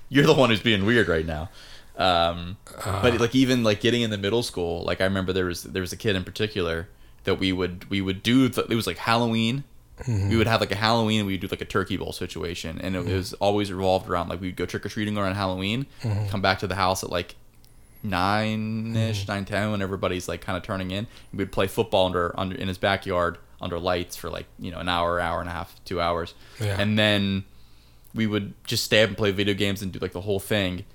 Speaker 1: you're the one who's being weird right now. Um, but like even like getting in the middle school, like I remember there was there was a kid in particular that we would we would do the, it was like Halloween. We would have like a Halloween and we'd do like a turkey bowl situation, and it, it was always revolved around like we'd go trick or treating around Halloween, come back to the house at like nine ish, nine ten, when everybody's like kind of turning in. We'd play football under under in his backyard under lights for like you know an hour, hour and a half, two hours,
Speaker 2: Yeah.
Speaker 1: and then we would just stay up and play video games and do like the whole thing.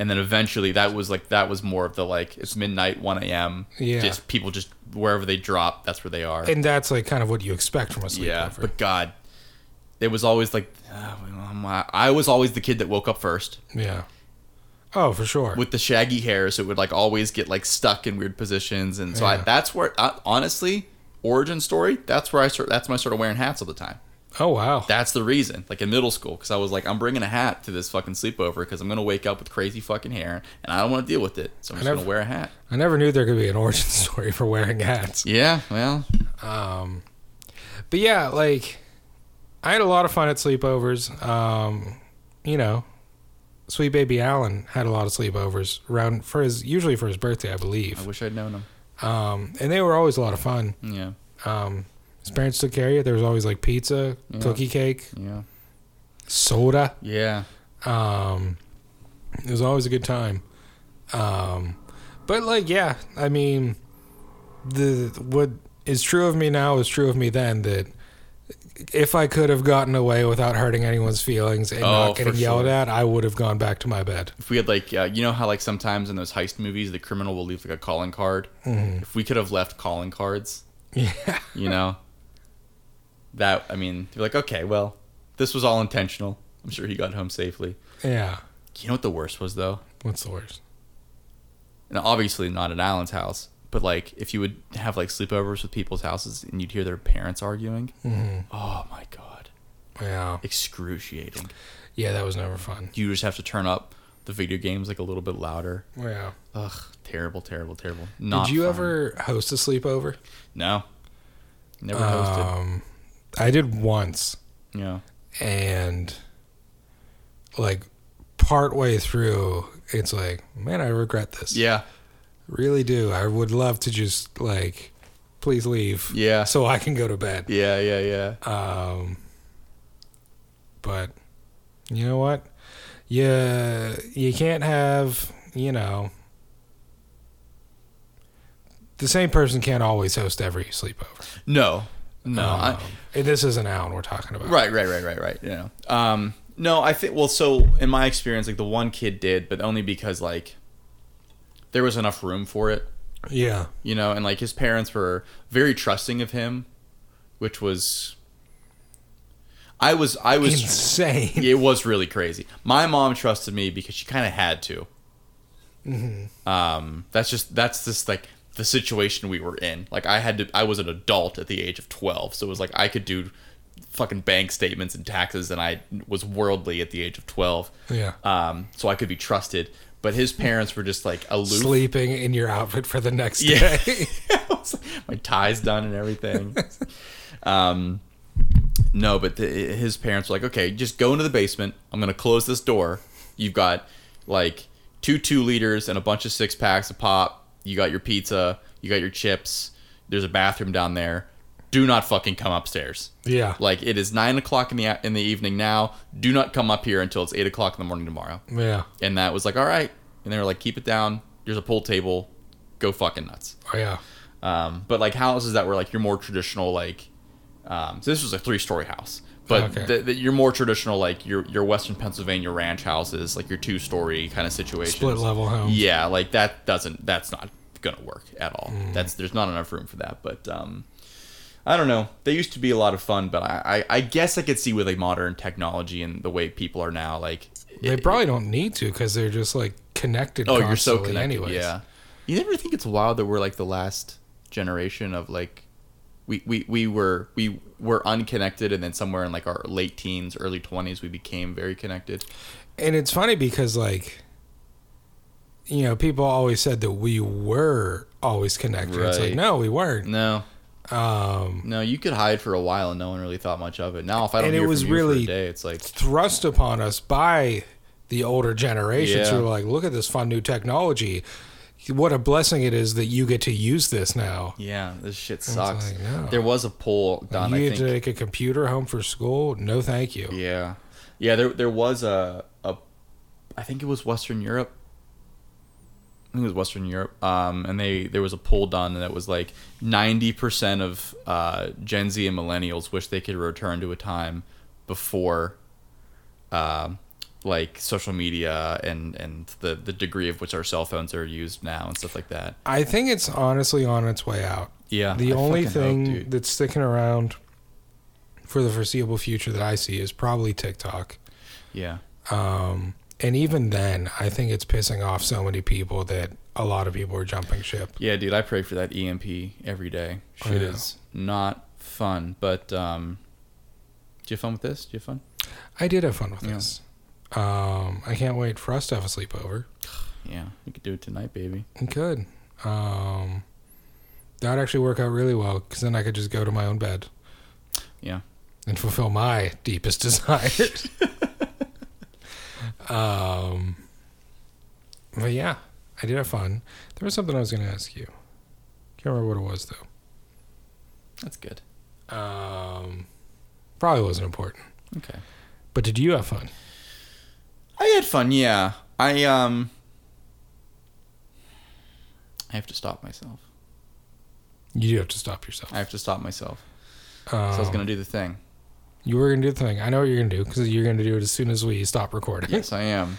Speaker 1: And then eventually, that was like that was more of the like it's midnight, one a.m.
Speaker 2: Yeah.
Speaker 1: just people just wherever they drop, that's where they are.
Speaker 2: And that's like kind of what you expect from a sleepover.
Speaker 1: yeah, but God, it was always like uh, I'm- I was always the kid that woke up first
Speaker 2: yeah. Oh, for sure.
Speaker 1: with the shaggy hair, so it would like always get like stuck in weird positions, and so I,
Speaker 2: Yeah.
Speaker 1: that's where I, honestly origin story. That's where I start. That's when I started wearing hats all the time.
Speaker 2: oh wow.
Speaker 1: That's the reason. Like in middle school, because I was like, I'm bringing a hat to this fucking sleepover because I'm gonna wake up with crazy fucking hair, and I don't want to deal with it, so I'm just
Speaker 2: never-
Speaker 1: gonna wear a hat.
Speaker 2: I never knew there could be an origin story for wearing hats.
Speaker 1: Yeah, well,
Speaker 2: Um, but yeah, like I had a lot of fun at sleepovers. Um, you know, sweet baby Allen had a lot of sleepovers around for his usually for his birthday, I
Speaker 1: I
Speaker 2: believe.
Speaker 1: wish I'd known him. Oh.
Speaker 2: Um, and they were always a lot of fun.
Speaker 1: Yeah,
Speaker 2: Um, his parents took care of you. There was always like pizza,
Speaker 1: Yeah.
Speaker 2: cookie cake,
Speaker 1: yeah,
Speaker 2: soda.
Speaker 1: yeah.
Speaker 2: Um, it was always a good time. Um, but like, yeah, I mean, the what is true of me now is true of me then. That if I could have gotten away without hurting anyone's feelings and
Speaker 1: Oh,
Speaker 2: not
Speaker 1: for
Speaker 2: getting yelled
Speaker 1: sure.
Speaker 2: at, I would have gone back to my bed.
Speaker 1: If we had like, uh, you know how like sometimes in those heist movies, the criminal will leave like a calling card. If we could have left calling cards,
Speaker 2: Yeah,
Speaker 1: you know that i mean you're like okay well this was all intentional i'm sure he got home safely
Speaker 2: yeah.
Speaker 1: you know what the worst was though
Speaker 2: What's the worst?
Speaker 1: and obviously not at alan's house but like if you would have like sleepovers with people's houses and you'd hear their parents arguing
Speaker 2: Mm-hmm.
Speaker 1: oh my god
Speaker 2: Yeah,
Speaker 1: excruciating
Speaker 2: yeah, that was never fun.
Speaker 1: you just have to turn up the video games like a little bit louder
Speaker 2: Yeah.
Speaker 1: ugh terrible terrible terrible not
Speaker 2: Did you
Speaker 1: fun.
Speaker 2: ever host a sleepover?
Speaker 1: no never hosted
Speaker 2: Um, I did once.
Speaker 1: yeah
Speaker 2: and like part way through it's like man i regret this
Speaker 1: yeah
Speaker 2: really do i would love to just like please leave
Speaker 1: Yeah.
Speaker 2: so i can go to bed
Speaker 1: yeah yeah yeah
Speaker 2: um but you know what yeah you can't have you know the same person can't always host every sleepover.
Speaker 1: No, no.
Speaker 2: Um,
Speaker 1: I,
Speaker 2: and this is an Alan we're talking about.
Speaker 1: Right, right, right, right, right. Yeah. Um, no, I think. Well, so in my experience, like the one kid did, but only because like there was enough room for it,
Speaker 2: Yeah.
Speaker 1: you know, and like his parents were very trusting of him, which was. I was, I was,
Speaker 2: Insane.
Speaker 1: Yeah, it was really crazy. My mom trusted me because she kind of had to.
Speaker 2: Mm-hmm.
Speaker 1: Um, that's just that's just like the situation we were in. Like I had to, I was an adult at the age of twelve, so it was like I could do fucking bank statements and taxes, and I was worldly at the age of twelve.
Speaker 2: Yeah.
Speaker 1: Um, so I could be trusted, but his parents were just like aloof.
Speaker 2: Sleeping in your outfit for the next
Speaker 1: Yeah.
Speaker 2: day.
Speaker 1: I was like, my tie's done and everything. um, no, but the, his parents were like, okay, just go into the basement. I'm going to close this door. You've got like two two liters and a bunch of six packs of pop. You got your pizza. You got your chips. There's a bathroom down there. Do not fucking come upstairs.
Speaker 2: yeah.
Speaker 1: Like it is nine o'clock in the a- in the evening now. Do not come up here until it's eight o'clock in the morning tomorrow.
Speaker 2: yeah.
Speaker 1: And that was like, all right. And they were like, keep it down. There's a pool table. Go fucking nuts.
Speaker 2: Oh, yeah.
Speaker 1: Um, but like houses that were like your more traditional like, um, so this was a three story house, but
Speaker 2: Okay.
Speaker 1: the, the, your more traditional like your your Western Pennsylvania ranch houses, like your two story kind of situation.
Speaker 2: Split level home.
Speaker 1: Yeah, like that doesn't that's not gonna work at all.
Speaker 2: Mm.
Speaker 1: That's there's not enough room for that. But um, I don't know. They used to be a lot of fun, but I I, I guess I could see with like modern technology and the way people are now like.
Speaker 2: They probably don't need to because they're just like connected.
Speaker 1: Oh,
Speaker 2: constantly
Speaker 1: you're so connected.
Speaker 2: Anyways.
Speaker 1: Yeah. You never think it's wild that we're like the last generation of like we, we, we were we were unconnected and then somewhere in like our late teens, early twenties we became very connected.
Speaker 2: And it's funny because like you know, people always said that we were always connected. It's like
Speaker 1: Right.
Speaker 2: no, we weren't.
Speaker 1: No.
Speaker 2: Um
Speaker 1: No, you could hide for a while and no one really thought much of it. Now if I don't
Speaker 2: And it
Speaker 1: hear
Speaker 2: was
Speaker 1: from you for
Speaker 2: really-
Speaker 1: a day, it's like
Speaker 2: thrust upon us by the older generations
Speaker 1: Yeah.
Speaker 2: who are like, look at this fun new technology. What a blessing it is that you get to use this now.
Speaker 1: Yeah, this shit sucks.
Speaker 2: like, no.
Speaker 1: There was a poll done,
Speaker 2: you
Speaker 1: I
Speaker 2: get
Speaker 1: think.
Speaker 2: to take a computer home for school? No, thank you.
Speaker 1: Yeah, yeah. There, there was a, a, I think it was Western Europe. I think it was Western Europe. Um, and they there was a poll done that was like ninety percent of uh, Gen Z and millennials wish they could return to a time before, um, like social media and and the the degree of which our cell phones are used now and stuff like that.
Speaker 2: I think it's honestly on its way out.
Speaker 1: Yeah.
Speaker 2: The
Speaker 1: I
Speaker 2: only
Speaker 1: fucking hope,
Speaker 2: thing
Speaker 1: dude.
Speaker 2: that's sticking around for the foreseeable future that I see is probably TikTok.
Speaker 1: yeah.
Speaker 2: Um, and even then, I think it's pissing off so many people that a lot of people are jumping ship.
Speaker 1: Yeah, dude, I pray for that EMP every day.
Speaker 2: Oh,
Speaker 1: Shit
Speaker 2: yeah.
Speaker 1: is not fun, but um, do you have fun with this? Do you have fun?
Speaker 2: I did have fun with
Speaker 1: Yeah.
Speaker 2: this. Um, I can't wait for us to have a sleepover.
Speaker 1: Yeah, you could do it tonight, baby.
Speaker 2: We could. Um, that would actually work out really well because then I could just go to my own bed.
Speaker 1: Yeah.
Speaker 2: And fulfill my deepest desires. um, but yeah, I did have fun. There was something I was going to ask you. Can't remember what it was though.
Speaker 1: That's good.
Speaker 2: Um, probably wasn't important.
Speaker 1: Okay.
Speaker 2: But did you have fun?
Speaker 1: I had fun. Yeah, I um, I have to stop myself.
Speaker 2: You do have to stop yourself.
Speaker 1: I have to stop myself.
Speaker 2: Um,
Speaker 1: Uh, So I was gonna do the thing.
Speaker 2: You were gonna do the thing. I know what you're gonna do because you're gonna do it as soon as we stop recording.
Speaker 1: Yes, I am.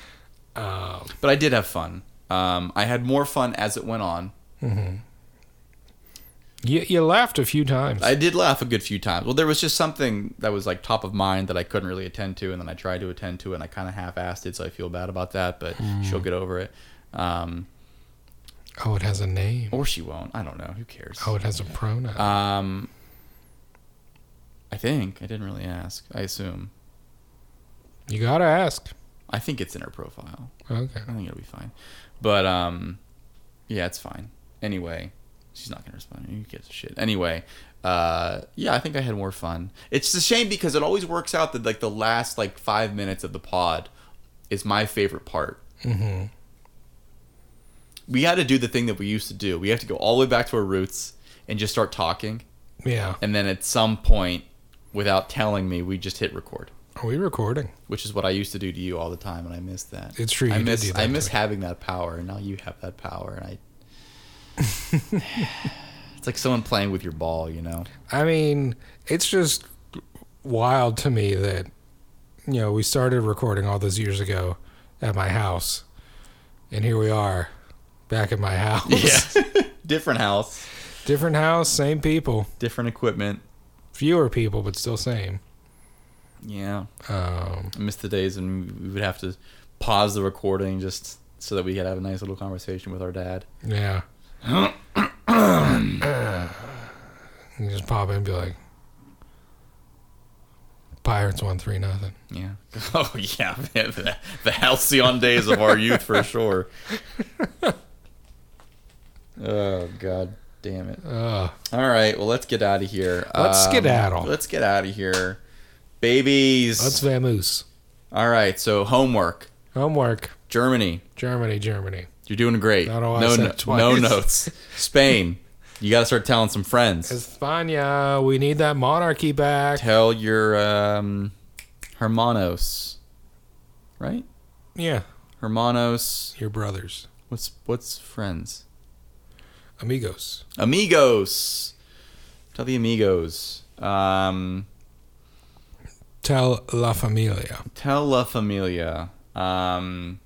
Speaker 2: Um,
Speaker 1: But I did have fun. Um, I had more fun as it went on.
Speaker 2: you, you laughed a few times.
Speaker 1: I did laugh a good few times. Well, there was just something that was like top of mind that I couldn't really attend to, and then I tried to attend to it, and I kind of half-assed it, so I feel bad about that. But she'll get over it, um,
Speaker 2: oh, it has a name.
Speaker 1: or she won't. I don't know. Who cares?
Speaker 2: Oh, it has a pronoun.
Speaker 1: Um, I think I didn't really ask. I assume.
Speaker 2: you gotta ask.
Speaker 1: I think it's in her profile.
Speaker 2: Okay.
Speaker 1: I think it'll be fine. But um, yeah, it's fine. Anyway, she's not gonna respond. Who gives a shit? Anyway, uh, yeah, I think I had more fun. It's a shame because it always works out that like the last like five minutes of the pod is my favorite part.
Speaker 2: Mm-hmm.
Speaker 1: We got to do the thing that we used to do. We have to go all the way back to our roots and just start talking,
Speaker 2: Yeah.
Speaker 1: and then at some point, without telling me, we just hit record.
Speaker 2: Are we recording?
Speaker 1: Which is what I used to do to you all the time, and I miss that.
Speaker 2: It's true,
Speaker 1: I
Speaker 2: you did
Speaker 1: miss
Speaker 2: do that
Speaker 1: I
Speaker 2: to
Speaker 1: miss
Speaker 2: me.
Speaker 1: having that power, and now you have that power, and I It's like someone playing with your ball, you know.
Speaker 2: I mean, it's just wild to me that you know we started recording all those years ago at my house, and here we are, back at my house.
Speaker 1: different house,
Speaker 2: Different house, same people,
Speaker 1: different equipment.
Speaker 2: fewer people, but still same.
Speaker 1: Yeah.
Speaker 2: Um,
Speaker 1: I miss the days when we would have to pause the recording just so that we could have a nice little conversation with our dad.
Speaker 2: yeah. you just pop in and be like, "Pirates one three nothing."
Speaker 1: Yeah. Oh yeah, man, the, the halcyon days of our youth for sure. oh god, damn it!
Speaker 2: Ugh.
Speaker 1: All right, well let's get out of here. Um,
Speaker 2: Let's skedaddle.
Speaker 1: Let's get out of here, babies.
Speaker 2: Let's vamoose.
Speaker 1: All right, so homework,
Speaker 2: Homework.
Speaker 1: Germany.
Speaker 2: Germany, Germany.
Speaker 1: You're doing great.
Speaker 2: I don't know
Speaker 1: No,
Speaker 2: why I said
Speaker 1: no,
Speaker 2: it twice.
Speaker 1: no notes. Spain. You got to start telling some friends.
Speaker 2: España, we need that monarchy back.
Speaker 1: Tell your um, hermanos, right?
Speaker 2: Yeah,
Speaker 1: Hermanos.
Speaker 2: your brothers,
Speaker 1: What's what's friends?
Speaker 2: amigos.
Speaker 1: Amigos. Tell the amigos. Um,
Speaker 2: Tell la familia.
Speaker 1: tell La Familia. Um,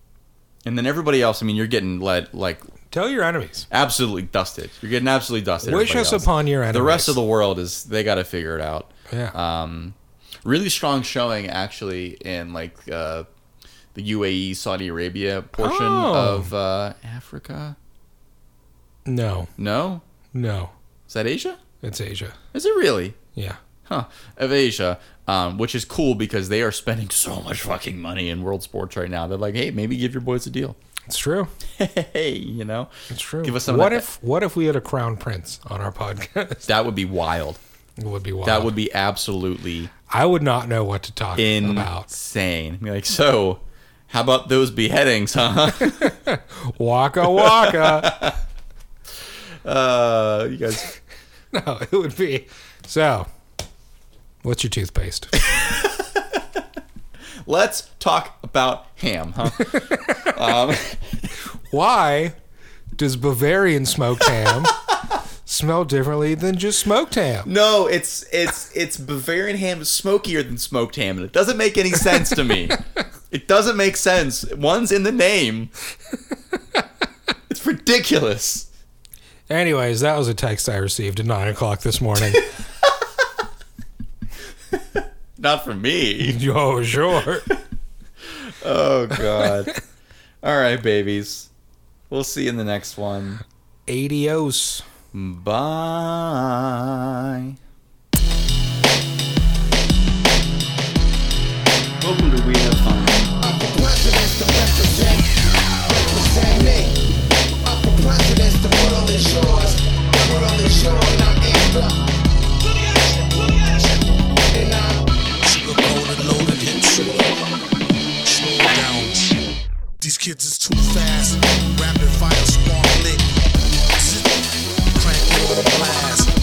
Speaker 1: and then everybody else. I mean, you're getting led like
Speaker 2: Tell your enemies.
Speaker 1: absolutely dusted. You're getting absolutely dusted.
Speaker 2: Wish us
Speaker 1: everybody else.
Speaker 2: upon your enemies.
Speaker 1: the rest of the world is they got to figure it out.
Speaker 2: yeah.
Speaker 1: Um, really strong showing actually in like uh, the UAE Saudi Arabia portion
Speaker 2: Oh.
Speaker 1: of uh, Africa.
Speaker 2: no,
Speaker 1: No,
Speaker 2: no,
Speaker 1: is that Asia?
Speaker 2: it's Asia.
Speaker 1: Is it really?
Speaker 2: Yeah,
Speaker 1: Huh, of Asia, um, which is cool because they are spending so much fucking money in world sports right now. They're like, hey, maybe give your boys a deal.
Speaker 2: it's true.
Speaker 1: hey, you know,
Speaker 2: It's true.
Speaker 1: Give us some of
Speaker 2: What
Speaker 1: that-
Speaker 2: if What if we had a crown prince on our podcast?
Speaker 1: that would be wild.
Speaker 2: it would be wild.
Speaker 1: That would be absolutely
Speaker 2: I would not know what to talk about.
Speaker 1: insane. Be Like, so how about those beheadings, huh?
Speaker 2: Waka waka.
Speaker 1: uh, you guys,
Speaker 2: no, it would be. So, what's your toothpaste?
Speaker 1: let's talk about ham, huh? Um,
Speaker 2: Why does Bavarian smoked ham smell differently than just smoked ham?
Speaker 1: No, it's it's it's Bavarian ham is smokier than smoked ham, and it doesn't make any sense to me. it doesn't make sense. One's in the name. It's ridiculous.
Speaker 2: Anyways, that was a text I received at nine o'clock this morning.
Speaker 1: Not for me.
Speaker 2: Yo, sure.
Speaker 1: Oh God. All right, babies. We'll see you in the next one.
Speaker 2: Adios.
Speaker 1: Bye.
Speaker 3: Loaded, loaded, and true. Slow down. These kids is too fast. Rapid fire, spark lit. Zip. Crack it on blast.